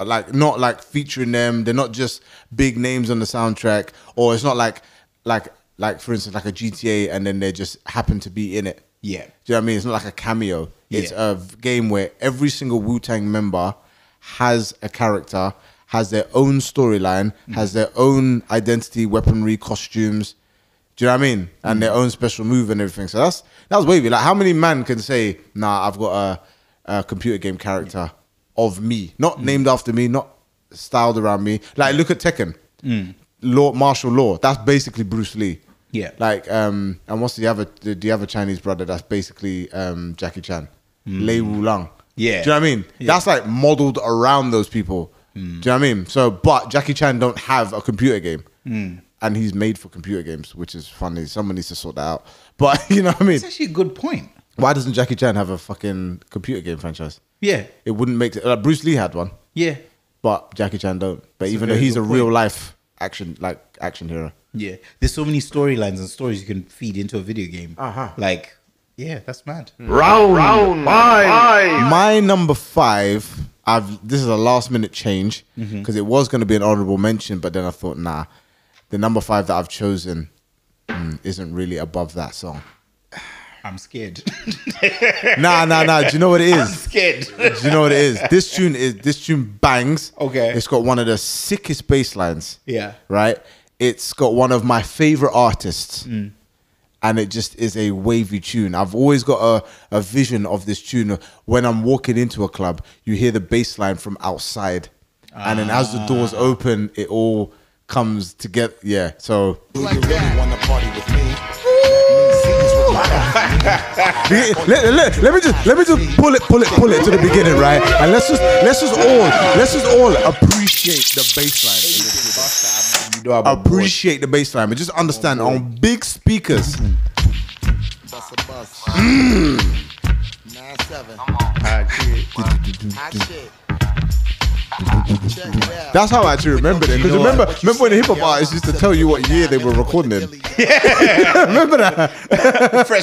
Speaker 3: like not like featuring them. They're not just big names on the soundtrack, or it's not like like like for instance like a GTA and then they just happen to be in it.
Speaker 2: Yeah.
Speaker 3: do you know what I mean? It's not like a cameo. It's
Speaker 2: Yeah.
Speaker 3: a v- game where every single Wu Tang member has a character, has their own storyline,
Speaker 2: Mm-hmm.
Speaker 3: has their own identity, weaponry, costumes. Do you know what I mean?
Speaker 2: Mm.
Speaker 3: And their own special move and everything. So that's that's wavy. Like how many man can say, "Nah, I've got a, a computer game character of me, not
Speaker 2: Mm.
Speaker 3: named after me, not styled around me." Like look at Tekken, law, martial law. That's basically Bruce Lee.
Speaker 2: Mm. Yeah.
Speaker 3: Like um, and what's the other the, the other Chinese brother that's basically um Jackie Chan, Lei Wu Lang.
Speaker 2: Hmm. Yeah. Hmm.
Speaker 3: Do you know what I mean? That's like modeled around those people. Do you know what I mean? So, but Jackie Chan don't have a computer game,
Speaker 2: Hmm.
Speaker 3: and he's made for computer games, which is funny. Someone needs to sort that out. But you know what I mean?
Speaker 2: It's actually a good point.
Speaker 3: Why doesn't Jackie Chan have a fucking computer game franchise?
Speaker 2: Yeah.
Speaker 3: It wouldn't make like Bruce Lee had one,
Speaker 2: Yeah.
Speaker 3: but Jackie Chan don't. But even
Speaker 2: a
Speaker 3: though
Speaker 2: very
Speaker 3: he's a
Speaker 2: good
Speaker 3: real life action like action hero,
Speaker 2: Yeah. There's so many storylines and stories you can feed into a video game.
Speaker 3: Uh-huh.
Speaker 2: Like, yeah, that's mad.
Speaker 7: Round, round, five.
Speaker 3: My number five, I've this is a last minute change because
Speaker 2: Mm-hmm.
Speaker 3: it was going to be an honorable mention, but then I thought, nah, the number five that I've chosen mm, isn't really above that song.
Speaker 2: I'm scared.
Speaker 3: Nah, nah, nah. Do you know what it
Speaker 2: I'm
Speaker 3: is?
Speaker 2: scared.
Speaker 3: Do you know what it is? This tune is this tune bangs.
Speaker 2: Okay.
Speaker 3: It's got one of the sickest bass lines.
Speaker 2: Yeah.
Speaker 3: Right? It's got one of my favorite artists. And it just is a wavy tune. I've always got a, a vision of this tune. When I'm walking into a club, you hear the bass line from outside. And then as the doors open, it all comes together. Yeah. So Be- let, let- let me just let me just pull it pull it pull it to the beginning right and let's just let's just all let's just all appreciate the baseline
Speaker 2: you know I'm on board.
Speaker 3: appreciate the baseline but just understand on big speakers
Speaker 8: Bust a bus. Nine seven.
Speaker 2: I agree.
Speaker 8: Hot shit. Check it out.
Speaker 3: that's how I actually remember them because
Speaker 2: You know
Speaker 3: remember
Speaker 8: what?
Speaker 3: remember when the hip hop artists used to tell you what year they were recording in
Speaker 2: Fresh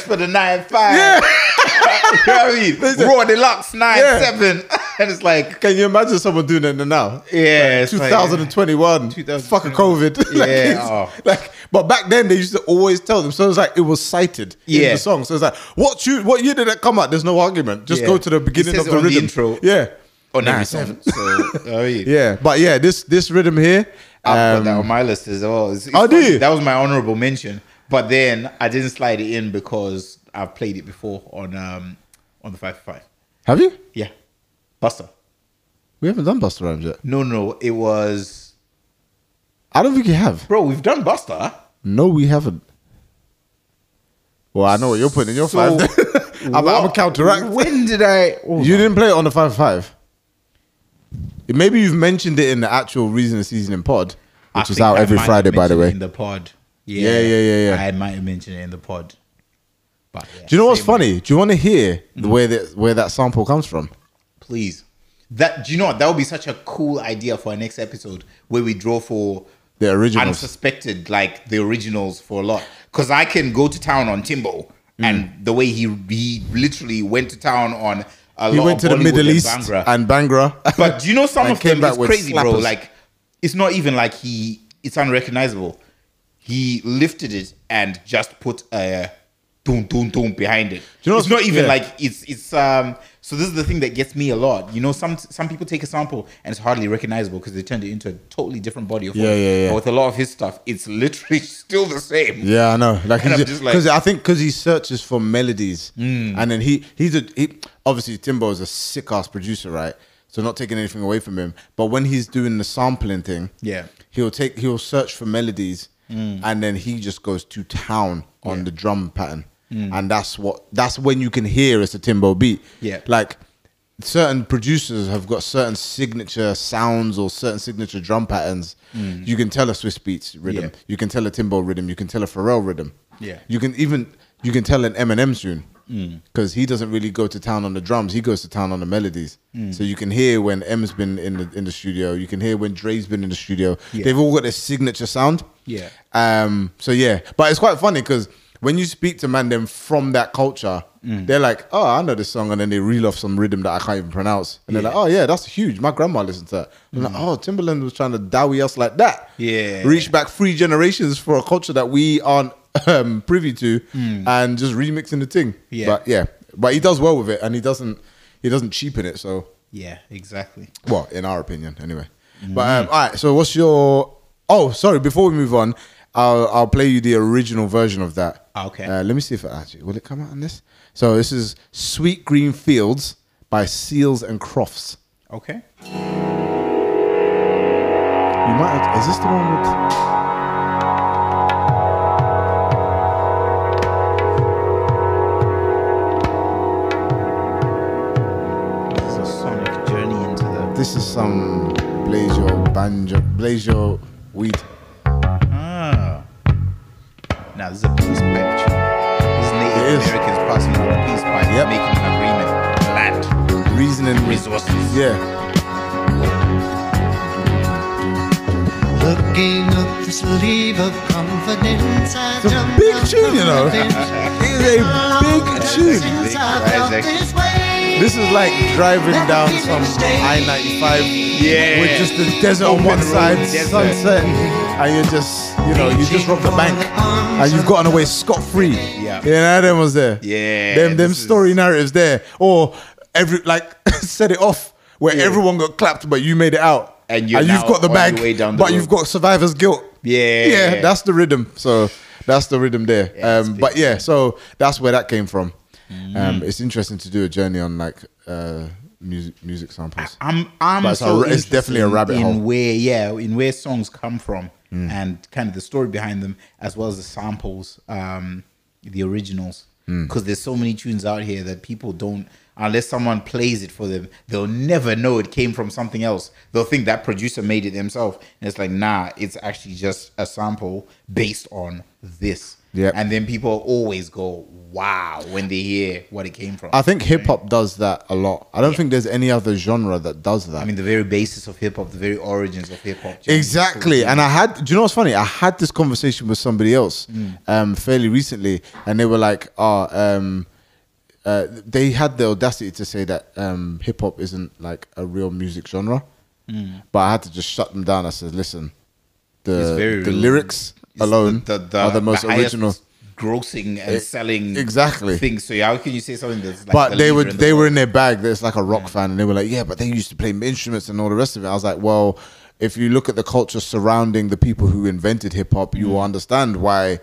Speaker 2: for the 9 5. Yeah. you know what I mean?
Speaker 3: Listen.
Speaker 2: Raw Deluxe 9
Speaker 3: Yeah.
Speaker 2: 7. And it's like,
Speaker 3: can you imagine someone doing it now
Speaker 2: yeah. it's like-
Speaker 3: 2021,
Speaker 2: 2021.
Speaker 3: fucking COVID. like,
Speaker 2: Yeah,
Speaker 3: it's-
Speaker 2: oh.
Speaker 3: like, but back then they used to always tell them. So it's like it was cited in
Speaker 2: Yeah.
Speaker 3: the song. So it's like, what you, what year did that come out? There's no argument. Just
Speaker 2: Yeah.
Speaker 3: go to the
Speaker 2: It
Speaker 3: beginning
Speaker 2: says
Speaker 3: of
Speaker 2: it
Speaker 3: the
Speaker 2: on the
Speaker 3: rhythm.
Speaker 2: intro.
Speaker 3: Yeah,
Speaker 2: on every
Speaker 3: Nah,
Speaker 2: song. oh, So, I mean,
Speaker 3: yeah, but yeah, this this rhythm here.
Speaker 2: I've got that
Speaker 3: um,
Speaker 2: on my list as well. It's, it's
Speaker 3: Oh, do
Speaker 2: funny,
Speaker 3: you?
Speaker 2: That was my honorable mention, but then I didn't slide it in because I've played it before on um on the five for five.
Speaker 3: have you?
Speaker 2: Yeah, Buster.
Speaker 3: We haven't done Buster Rhymes yet.
Speaker 2: No, no, it was
Speaker 3: I don't think you have.
Speaker 2: bro. We've done Buster.
Speaker 3: No, we haven't. Well, I know what you're putting in your
Speaker 2: So,
Speaker 3: five. I'm, I'm a
Speaker 2: what-
Speaker 3: counteract.
Speaker 2: When did I? oh,
Speaker 3: You didn't play it on the five five. Maybe you've mentioned it in the actual reason and season in pod,
Speaker 2: I
Speaker 3: which is
Speaker 2: think
Speaker 3: out
Speaker 2: I
Speaker 3: every
Speaker 2: might have
Speaker 3: Friday, by the
Speaker 2: mentioned it
Speaker 3: way.
Speaker 2: in the pod.
Speaker 3: Yeah, yeah, yeah, yeah.
Speaker 2: I might have mentioned it in the pod. But yeah,
Speaker 3: Do you know what's
Speaker 2: same- Mm-hmm.
Speaker 3: funny? Do you want to hear the where that where that sample comes from?
Speaker 2: Please. That do you know what? That would be such a cool idea for our next episode where we draw for
Speaker 3: The originals.
Speaker 2: unsuspected like the originals for a lot because i can go to town on timbo
Speaker 3: Mm.
Speaker 2: and the way he he literally went to town on a
Speaker 3: He
Speaker 2: lot
Speaker 3: went
Speaker 2: of
Speaker 3: to the
Speaker 2: Bollywood
Speaker 3: Middle
Speaker 2: and
Speaker 3: East
Speaker 2: Bhangra.
Speaker 3: and Bangra.
Speaker 2: but do you know some
Speaker 3: and
Speaker 2: of them
Speaker 3: came back
Speaker 2: it's
Speaker 3: with
Speaker 2: crazy bro
Speaker 3: slappers.
Speaker 2: like it's not even like he it's unrecognizable he lifted it and just put a doom doom doom behind it.
Speaker 3: you know
Speaker 2: it's not
Speaker 3: what's-
Speaker 2: even
Speaker 3: yeah.
Speaker 2: like it's it's um. So this is the thing that gets me a lot. You know, some some people take a sample and it's hardly recognizable because they turned it into a totally different body of work.
Speaker 3: Yeah, yeah, yeah.
Speaker 2: But with a lot of his stuff, it's literally still the same.
Speaker 3: Yeah, I know. Like,
Speaker 2: And
Speaker 3: because
Speaker 2: I'm just like- Mm.
Speaker 3: I think because he searches for melodies, and then he he's a he, obviously Timbo is a sick ass producer, right? So not taking anything away from him, but when he's doing the sampling thing,
Speaker 2: Yeah. Mm.
Speaker 3: he'll take he'll search for melodies, and then he just goes to town on the drum pattern,
Speaker 2: Mm.
Speaker 3: and that's what that's when you can hear it's a Timbo beat.
Speaker 2: Yeah.
Speaker 3: like certain producers have got certain signature sounds or certain signature drum patterns. You can tell a Swiss Beats rhythm.
Speaker 2: Mm. Yeah.
Speaker 3: You can tell a Timbo rhythm. You can tell a Pharrell rhythm.
Speaker 2: Yeah. Mm.
Speaker 3: You can even you can tell an Eminem tune because he doesn't really go to town on the drums. He goes to town on the melodies.
Speaker 2: Mm.
Speaker 3: So you can hear when M's been in the in the studio. You can hear when Dre's been in the studio.
Speaker 2: Yeah.
Speaker 3: They've all got their signature sound.
Speaker 2: Yeah.
Speaker 3: Um. So yeah, but it's quite funny because. When you speak to man them from that culture,
Speaker 2: Mm.
Speaker 3: they're like, "Oh, I know this song," and then they reel off some rhythm that I can't even pronounce, and
Speaker 2: Yeah. Mm.
Speaker 3: they're like, "Oh yeah, that's huge. My grandma listened to that." I'm like, "Oh, Timberland was trying to dowie us like that."
Speaker 2: Yeah.
Speaker 3: reach back three generations for a culture that we aren't um, privy to, and just remixing the thing.
Speaker 2: Mm. Yeah.
Speaker 3: but yeah, but he does well with it, and he doesn't he doesn't cheapen it. So,
Speaker 2: Yeah, exactly.
Speaker 3: well, in our opinion, anyway. But
Speaker 2: Mm.
Speaker 3: um, all right, so what's your? Oh, sorry. Before we move on, I'll I'll play you the original version of that.
Speaker 2: Ah, okay.
Speaker 3: Uh, let me see if it actually will it come out on this. So this is "Sweet Green Fields" by Seals and Crofts.
Speaker 2: Okay.
Speaker 3: You might. Have, is this the one with?
Speaker 2: It's a sonic journey into the.
Speaker 3: This is some blaze your banjo, blaze your weed.
Speaker 2: Ah. Now this is a peace pipe tune. This is Native
Speaker 3: It is.
Speaker 2: Americans passing on the peace pipe,
Speaker 3: Yep.
Speaker 2: making an agreement. Land,
Speaker 3: Reasoning,
Speaker 2: resources.
Speaker 3: yeah,
Speaker 9: Looking up this leave of confidence. I
Speaker 3: it's a
Speaker 9: jumped
Speaker 3: big
Speaker 9: off
Speaker 3: tune,
Speaker 9: the
Speaker 3: you know.
Speaker 9: bench.
Speaker 3: It's a big tune.
Speaker 9: Since
Speaker 2: Big,
Speaker 9: I
Speaker 2: right,
Speaker 9: felt
Speaker 2: exactly.
Speaker 9: this way.
Speaker 3: This is like driving down some I ninety five
Speaker 2: Yeah.
Speaker 3: with just the desert on
Speaker 2: Open
Speaker 3: one
Speaker 2: road,
Speaker 3: side,
Speaker 2: desert.
Speaker 3: sunset, and you're just you know you just rock the bank and you've gotten away scot free.
Speaker 2: Yeah.
Speaker 3: you know them was there.
Speaker 2: Yeah,
Speaker 3: them them
Speaker 2: this is-
Speaker 3: story narratives there or every like set it off where everyone got clapped but you made it out
Speaker 2: And you're
Speaker 3: you've
Speaker 2: now
Speaker 3: got the
Speaker 2: on your
Speaker 3: bag
Speaker 2: way down the
Speaker 3: but you've
Speaker 2: road.
Speaker 3: got survivor's guilt.
Speaker 2: Yeah.
Speaker 3: yeah, that's the rhythm. So that's the rhythm there.
Speaker 2: Yeah, Mm. it's
Speaker 3: um,
Speaker 2: big.
Speaker 3: but yeah, so that's where that came from. Um, it's interesting to do a journey on like uh, music music samples.
Speaker 2: I'm I'm
Speaker 3: But it's a
Speaker 2: so
Speaker 3: ra- it's definitely a
Speaker 2: interested
Speaker 3: rabbit
Speaker 2: in
Speaker 3: hole. Mm.
Speaker 2: where yeah in where songs come from and kind of the story behind them as well as the samples um the originals
Speaker 3: Mm.
Speaker 2: because there's so many tunes out here that people don't unless someone plays it for them they'll never know it came from something else they'll think that producer made it themselves and it's like nah it's actually just a sample based on this
Speaker 3: Yep.
Speaker 2: and then people always go wow when they hear what it came from
Speaker 3: I think hip hop does that a lot. I don't think there's any other genre that does that.
Speaker 2: I mean, the very basis of hip hop, the very origins of hip hop.
Speaker 3: Exactly. And I had, do you know what's funny? I had this conversation with somebody else
Speaker 2: Mm.
Speaker 3: um, fairly recently, and they were like, oh, um, uh, they had the audacity to say that um, hip hop isn't like a real music genre. But I had to just shut them down. I said, listen,
Speaker 2: Mm. It's very
Speaker 3: the, the
Speaker 2: real.
Speaker 3: lyrics alone are the most
Speaker 2: highest
Speaker 3: original.
Speaker 2: grossing and
Speaker 3: E-
Speaker 2: selling
Speaker 3: exactly.
Speaker 2: things. So yeah, how can you say something that's like
Speaker 3: but
Speaker 2: the
Speaker 3: they
Speaker 2: leader
Speaker 3: were
Speaker 2: in the
Speaker 3: they were
Speaker 2: world?
Speaker 3: in their bag. There's like a rock fan, and they were like, "Yeah, but they used to play instruments and all the rest of it." I was like, "Well, if you look at the culture surrounding the people who invented hip hop, you will understand why."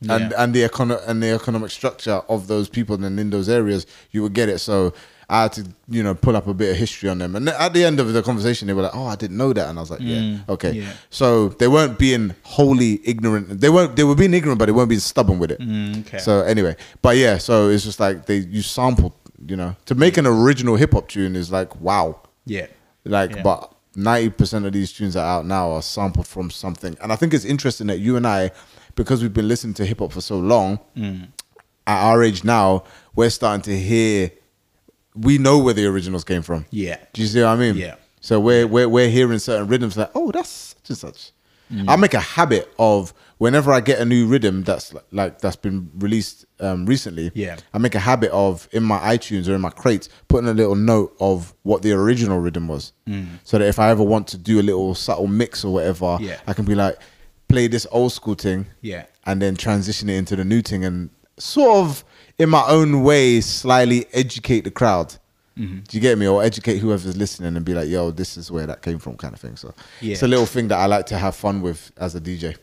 Speaker 3: And
Speaker 2: Mm. Yeah.
Speaker 3: and the econo- and the economic structure of those people and in those areas, you would get it. So I had to, you know, pull up a bit of history on them. And at the end of the conversation, they were like, "Oh, I didn't know that," and I was like, "Yeah, okay."
Speaker 2: Mm. yeah.
Speaker 3: So they weren't being wholly ignorant. They weren't. They were being ignorant, but they weren't being stubborn with it.
Speaker 2: Mm, okay.
Speaker 3: So anyway, but yeah, so it's just like they you sample, you know, to make an original hip hop tune is like wow,
Speaker 2: yeah,
Speaker 3: like
Speaker 2: Yeah.
Speaker 3: but ninety percent of these tunes that are out now are sampled from something, and I think it's interesting that you and I, because we've been listening to hip hop for so long,
Speaker 2: Mm.
Speaker 3: at our age now, we're starting to hear, we know where the originals came from.
Speaker 2: Yeah.
Speaker 3: do you see what I mean?
Speaker 2: Yeah.
Speaker 3: So we're we're we're hearing certain rhythms like oh that's such and such.
Speaker 2: Mm.
Speaker 3: I make a habit of whenever I get a new rhythm that's li- like that's been released um, recently.
Speaker 2: Yeah.
Speaker 3: I make a habit of in my iTunes or in my crates putting a little note of what the original rhythm was, so that if I ever want to do a little subtle mix or whatever,
Speaker 2: Mm. Yeah.
Speaker 3: I can be like, play this old school thing,
Speaker 2: Yeah.
Speaker 3: and then transition it into the new thing and sort of in my own way slyly educate the crowd.
Speaker 2: Mm-hmm.
Speaker 3: Do you get me? Or educate whoever's listening and be like, yo, this is where that came from, kind of thing. So it's a
Speaker 2: Yeah.
Speaker 3: little thing that I like to have fun with as a DJ.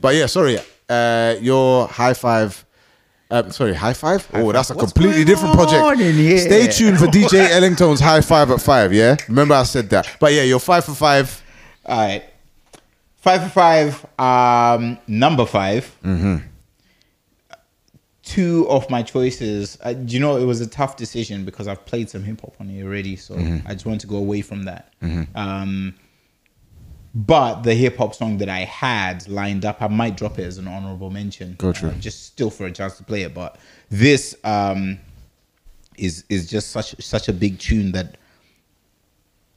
Speaker 3: But yeah, sorry. Uh, your high five. Um, sorry, high five. oh, that's a
Speaker 2: What's
Speaker 3: completely
Speaker 2: going
Speaker 3: different
Speaker 2: on
Speaker 3: project.
Speaker 2: in here?
Speaker 3: Stay tuned for DJ Ellington's high five at five. Yeah, remember I said that. But yeah, you're five for five. uh,
Speaker 2: All right. Five for five. Um, number 5 Two of my choices. Uh, do you know, it was a tough decision because I've played some hip hop on here already, so I just want to go away from that. Um, but the hip hop song that I had lined up, I might drop it as an honorable mention.
Speaker 3: Gotcha.
Speaker 2: uh, just still for a chance to play it. But this um, is is just such such a big tune that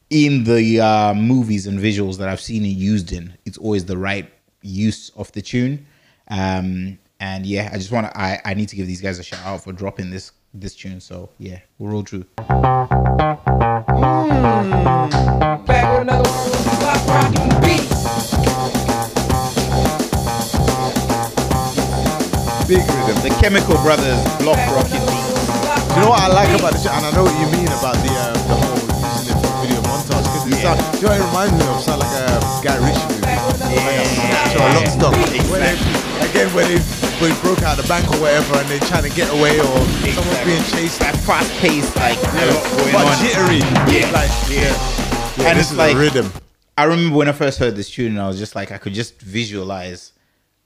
Speaker 2: in the uh, movies and visuals that I've seen it used in, it's always the right use of the tune. Um, and yeah, I just want to, I, I need to give these guys a shout out for dropping this this tune. So yeah, we're all true.
Speaker 4: Back with another one with the block rockin' beat.
Speaker 3: Big rhythm.
Speaker 2: The Chemical Brothers Block
Speaker 4: Back with
Speaker 2: Rocket Beat.
Speaker 4: another one with the block
Speaker 3: You know what I
Speaker 4: rockin'
Speaker 3: like
Speaker 4: beat.
Speaker 3: about this, and I know what you mean about the uh, the whole using it for video montage because it
Speaker 2: Yeah.
Speaker 3: sound, you know, what it reminds me of sound like a Guy Ritchie movie.
Speaker 4: Back with another one with the block
Speaker 3: So a
Speaker 4: rockin'
Speaker 3: lockstock.
Speaker 4: beat.
Speaker 3: When they, again, when they when they broke out the bank or whatever, and they're trying to get away, or someone's being chased.
Speaker 2: That fast paced, like, a lot going
Speaker 3: but
Speaker 2: on.
Speaker 3: jittery.
Speaker 2: Yeah.
Speaker 3: Like, yeah. Yeah,
Speaker 2: And
Speaker 3: this
Speaker 2: it's
Speaker 3: is
Speaker 2: like-
Speaker 3: a rhythm.
Speaker 2: I remember when I first heard this tune, I was just like, I could just visualize,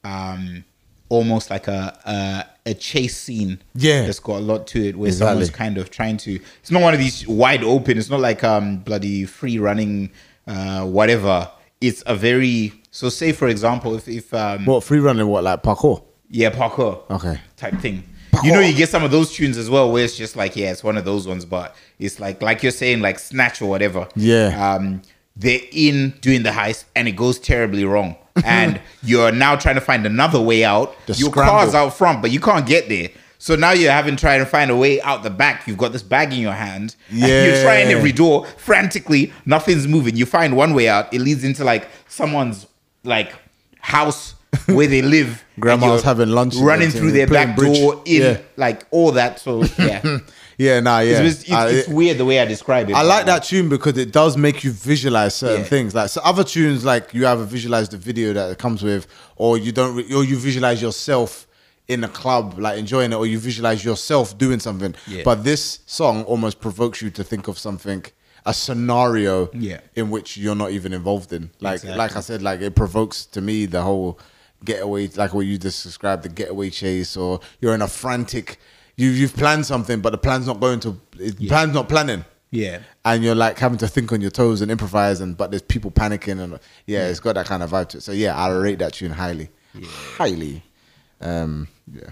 Speaker 2: um, almost like a, a a chase scene.
Speaker 3: Yeah.
Speaker 2: that's got a lot to it, where
Speaker 3: Exactly.
Speaker 2: someone's kind of trying to. It's not one of these wide open. It's not like um bloody free running, uh, whatever. It's a very so. Say for example, if if um
Speaker 3: What free running? What like parkour?
Speaker 2: yeah parkour
Speaker 3: Okay.
Speaker 2: type thing. You know, you get some of those tunes as well, where it's just like, yeah, it's one of those ones, but it's like, like you're saying, like snatch or whatever.
Speaker 3: Yeah.
Speaker 2: Um, they're in doing the heist, and it goes terribly wrong, and you're now trying to find another way out.
Speaker 3: The
Speaker 2: Your
Speaker 3: scramble.
Speaker 2: car's out front, but you can't get there. So now you're having to try and find a way out the back. You've got this bag in your hand. and You're
Speaker 3: Yeah.
Speaker 2: trying every door frantically. Nothing's moving. You find one way out. It leads into like someone's like house where they live. and
Speaker 3: Grandma's
Speaker 2: you're
Speaker 3: having lunch and
Speaker 2: running
Speaker 3: everything,
Speaker 2: through their
Speaker 3: playing
Speaker 2: back
Speaker 3: bridge.
Speaker 2: door in
Speaker 3: Yeah.
Speaker 2: like all that. So yeah,
Speaker 3: Yeah, nah, yeah. Uh,
Speaker 2: it's, it's,
Speaker 3: I-
Speaker 2: it's weird the way I describe it. but-
Speaker 3: I
Speaker 2: um,
Speaker 3: like that tune because it does make you visualize certain
Speaker 2: Yeah.
Speaker 3: things. Like so other tunes, like you either visualize the video that it comes with, or you don't, re- or you visualize yourself in a club, like enjoying it, or you visualize yourself doing something.
Speaker 2: Yeah.
Speaker 3: But this song almost provokes you to think of something, a scenario
Speaker 2: Yeah.
Speaker 3: in which you're not even involved in. Like,
Speaker 2: Exactly.
Speaker 3: like I said, like it provokes to me the whole getaway, like what you just described, the getaway chase, or you're in a frantic. You, you've planned something, but the plan's not going to. It, Plan's not planning
Speaker 2: Yeah.
Speaker 3: and you're like having to think on your toes and improvise and but there's people panicking and yeah, it's got that kind of vibe to it so yeah i rate that tune highly highly um yeah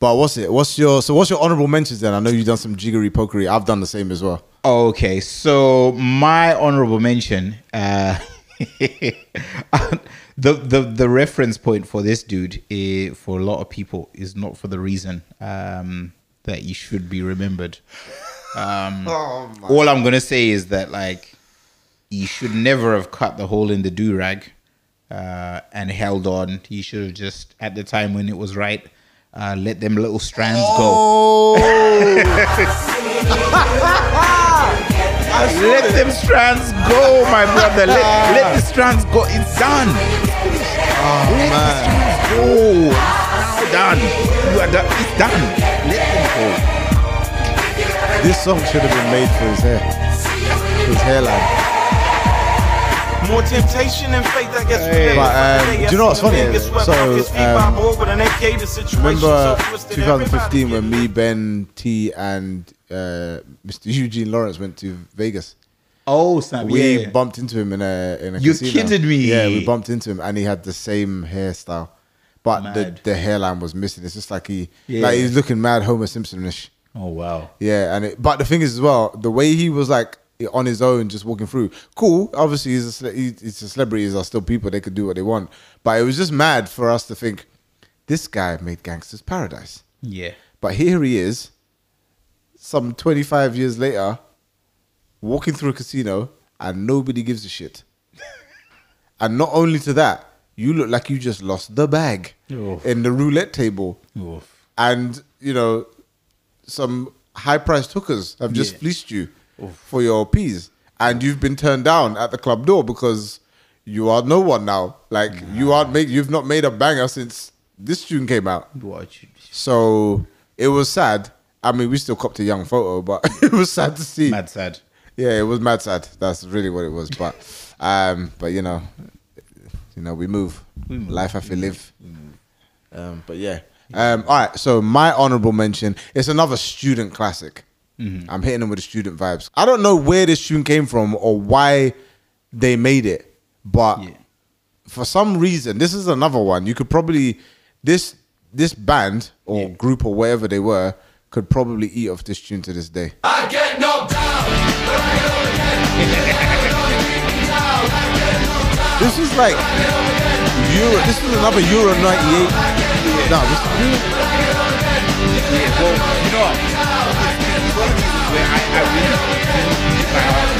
Speaker 3: but what's it what's your so what's your honorable mentions then i know you've done some jiggery pokery i've done the same as well
Speaker 2: Okay, so my honorable mention, uh, um, the the the reference point for this dude eh, for a lot of people is not for the reason um, that you should be remembered. Um, all I'm gonna say is that like you should never have cut the hole in the do rag uh, and held on. You should have just at the time when it was right. Uh, let them little strands go. Let them strands go, my brother. Let, let the strands go. It's done.
Speaker 3: man
Speaker 2: Oh, it's done. You are done. It's done. Let them go.
Speaker 3: this song should have been made for his hair his hairline
Speaker 10: More temptation and faith, I guess.
Speaker 3: Hey. But, um, do you know what's funny? So, um, remember 2015 when me ben t and uh mr eugene lawrence went to vegas
Speaker 2: Oh, snap.
Speaker 3: we
Speaker 2: yeah.
Speaker 3: bumped into him in a in a
Speaker 2: You
Speaker 3: casino.
Speaker 2: kidded me.
Speaker 3: Yeah, we bumped into him and he had the same hairstyle. But
Speaker 2: Mad.
Speaker 3: the the hairline was missing. It's just like he
Speaker 2: Yeah.
Speaker 3: like he's looking mad Homer Simpson-ish.
Speaker 2: oh, wow.
Speaker 3: Yeah, and it, but the thing is as well, the way he was like on his own, just walking through. Cool, obviously he's a cele- he- he's a celebrity. These are still people. They could do what they want. But it was just mad for us to think this guy made Gangsters Paradise.
Speaker 2: Yeah.
Speaker 3: But here he is, some 25 years later, walking through a casino and nobody gives a shit. and not only to that, you look like you just lost the bag
Speaker 2: Oof.
Speaker 3: in the roulette table.
Speaker 2: Oof.
Speaker 3: And, you know, some high priced hookers have just
Speaker 2: Yeah.
Speaker 3: fleeced you for your peas. And you've been turned down at the club door because you are no one now. Like, you aren't make, you've not made a banger since this tune came out.
Speaker 2: What? you-
Speaker 3: So it was sad. I mean, we still copped a young photo, but it was sad to see.
Speaker 2: Mad sad.
Speaker 3: Yeah, it was mad sad. That's really what it was. But, um, but you know, you know, we move.
Speaker 2: We move.
Speaker 3: Life have to live. Um, but yeah. Um, all right. So my honorable mention is another student classic.
Speaker 2: Mm-hmm.
Speaker 3: I'm hitting them with the student vibes. I don't know where this tune came from or why they made it, but
Speaker 2: Yeah.
Speaker 3: for some reason, this is another one. You could probably this this band or group or wherever they were could probably eat off this tune to this day. This is like Euro. This is another Euro '98. No, this,
Speaker 2: Yeah, well, you know, it's one of these where I, I really hit my heart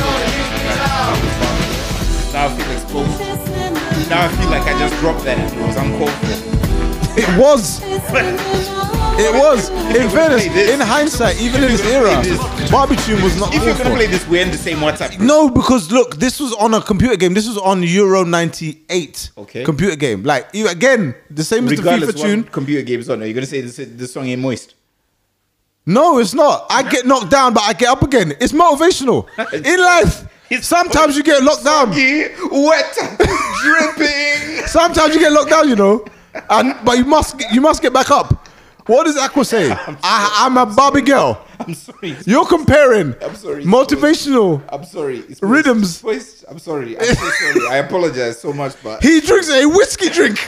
Speaker 2: on it. Now I feel exposed. Now I feel like I just dropped that and it was uncalled for.
Speaker 3: it was. It was. In fairness,
Speaker 2: play this-
Speaker 3: in hindsight, even in
Speaker 2: if
Speaker 3: this
Speaker 2: you're gonna
Speaker 3: era,
Speaker 2: play
Speaker 3: Barbecue was not.
Speaker 2: If you're gonna
Speaker 3: awful.
Speaker 2: play this, we're in the same WhatsApp group.
Speaker 3: No, because look, this was on a computer game. This was on Euro '98
Speaker 2: Okay.
Speaker 3: computer game. Like you again, the same as the
Speaker 2: Regardless
Speaker 3: FIFA
Speaker 2: what
Speaker 3: tune.
Speaker 2: computer games on, are you gonna say this, this song ain't moist?
Speaker 3: No, it's not. I get knocked down, but I get up again. It's motivational in life.
Speaker 2: It's-
Speaker 3: Sometimes you get knocked down.
Speaker 2: Yeah, wet, dripping.
Speaker 3: Sometimes you get locked down, you know, and but you must you must get back up. What does Aqua say? I, I'm a Barbie girl.
Speaker 2: I'm sorry. it's-
Speaker 3: You're comparing
Speaker 2: I'm sorry.
Speaker 3: motivational.
Speaker 2: I'm sorry. It's moist.
Speaker 3: Rhythms.
Speaker 2: It's moist. I'm sorry. I'm so sorry. I apologize so much, but
Speaker 3: He drinks a whiskey drink.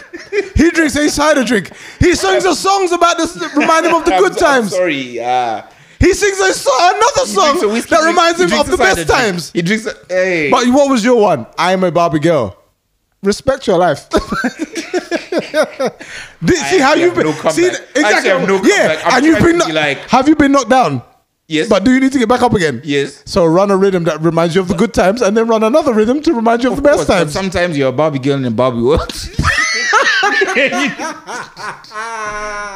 Speaker 3: He drinks a cider drink. He sings the songs about this that remind him of the
Speaker 2: I'm-
Speaker 3: good
Speaker 2: I'm
Speaker 3: times.
Speaker 2: sorry. Uh,
Speaker 3: He sings a so- another
Speaker 2: He drinks
Speaker 3: song
Speaker 2: a whiskey
Speaker 3: Oh, that
Speaker 2: drink,
Speaker 3: reminds
Speaker 2: he
Speaker 3: him
Speaker 2: drinks
Speaker 3: of
Speaker 2: a
Speaker 3: the best
Speaker 2: cider drink,
Speaker 3: times.
Speaker 2: He drinks. A, hey,
Speaker 3: But what was your one? I am a Barbie girl. Respect your life. Did- see how
Speaker 2: actually have
Speaker 3: you've been.
Speaker 2: no comeback.
Speaker 3: see,
Speaker 2: I actually have no
Speaker 3: yeah,
Speaker 2: comeback. I'm
Speaker 3: and you've
Speaker 2: trying
Speaker 3: been
Speaker 2: to
Speaker 3: kno-
Speaker 2: be like-
Speaker 3: have you been knocked down?
Speaker 2: yes,
Speaker 3: But do you need to get back up again?
Speaker 2: yes.
Speaker 3: So run a rhythm that reminds you of the good times, and then run another rhythm to remind you of,
Speaker 2: Of
Speaker 3: the
Speaker 2: course,
Speaker 3: best
Speaker 2: but
Speaker 3: times.
Speaker 2: Sometimes you're a Barbie girl in a Barbie world.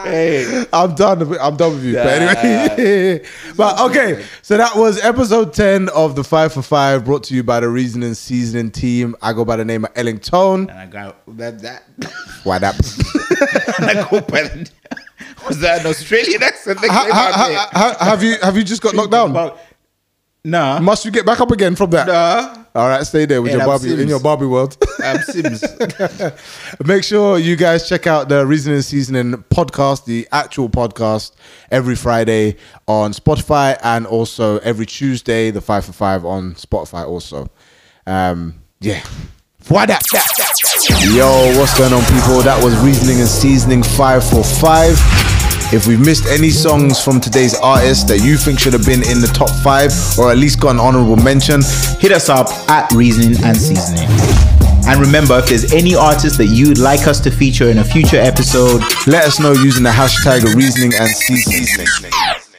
Speaker 2: hey,
Speaker 3: I'm done. with- I'm done with you. But anyway, but okay. So that was episode ten of the Five for Five, brought to you by the Reasoning Seasoning team. I go by the name of Elling Tone.
Speaker 2: and I got that. That
Speaker 3: Why that?
Speaker 2: and I go by the- was that an Australian accent that
Speaker 3: Ha-
Speaker 2: came
Speaker 3: ha-
Speaker 2: out there?
Speaker 3: ha- ha- have you have you just got knocked down?
Speaker 2: About- Nah,
Speaker 3: Must you get back up again from that?
Speaker 2: nah.
Speaker 3: All right, stay there with
Speaker 2: Yeah,
Speaker 3: your
Speaker 2: I'm
Speaker 3: Barbie in
Speaker 2: serious.
Speaker 3: your Barbie world.
Speaker 2: I'm Sims.
Speaker 3: Make sure you guys check out the Reasoning Seasoning podcast, the actual podcast, every Friday on Spotify and also every Tuesday, the Five for Five on Spotify also. Um, yeah. Why that? that- that- Yo, what's going on, people? That was Reasoning and Seasoning 545. If we've missed any songs from today's artist that you think should have been in the top five or at least got an honorable mention,
Speaker 2: hit us up at Reasoning and Seasoning. And remember, if there's any artist that you'd like us to feature in a future episode,
Speaker 3: let us know using the hashtag reasoning and seasoning.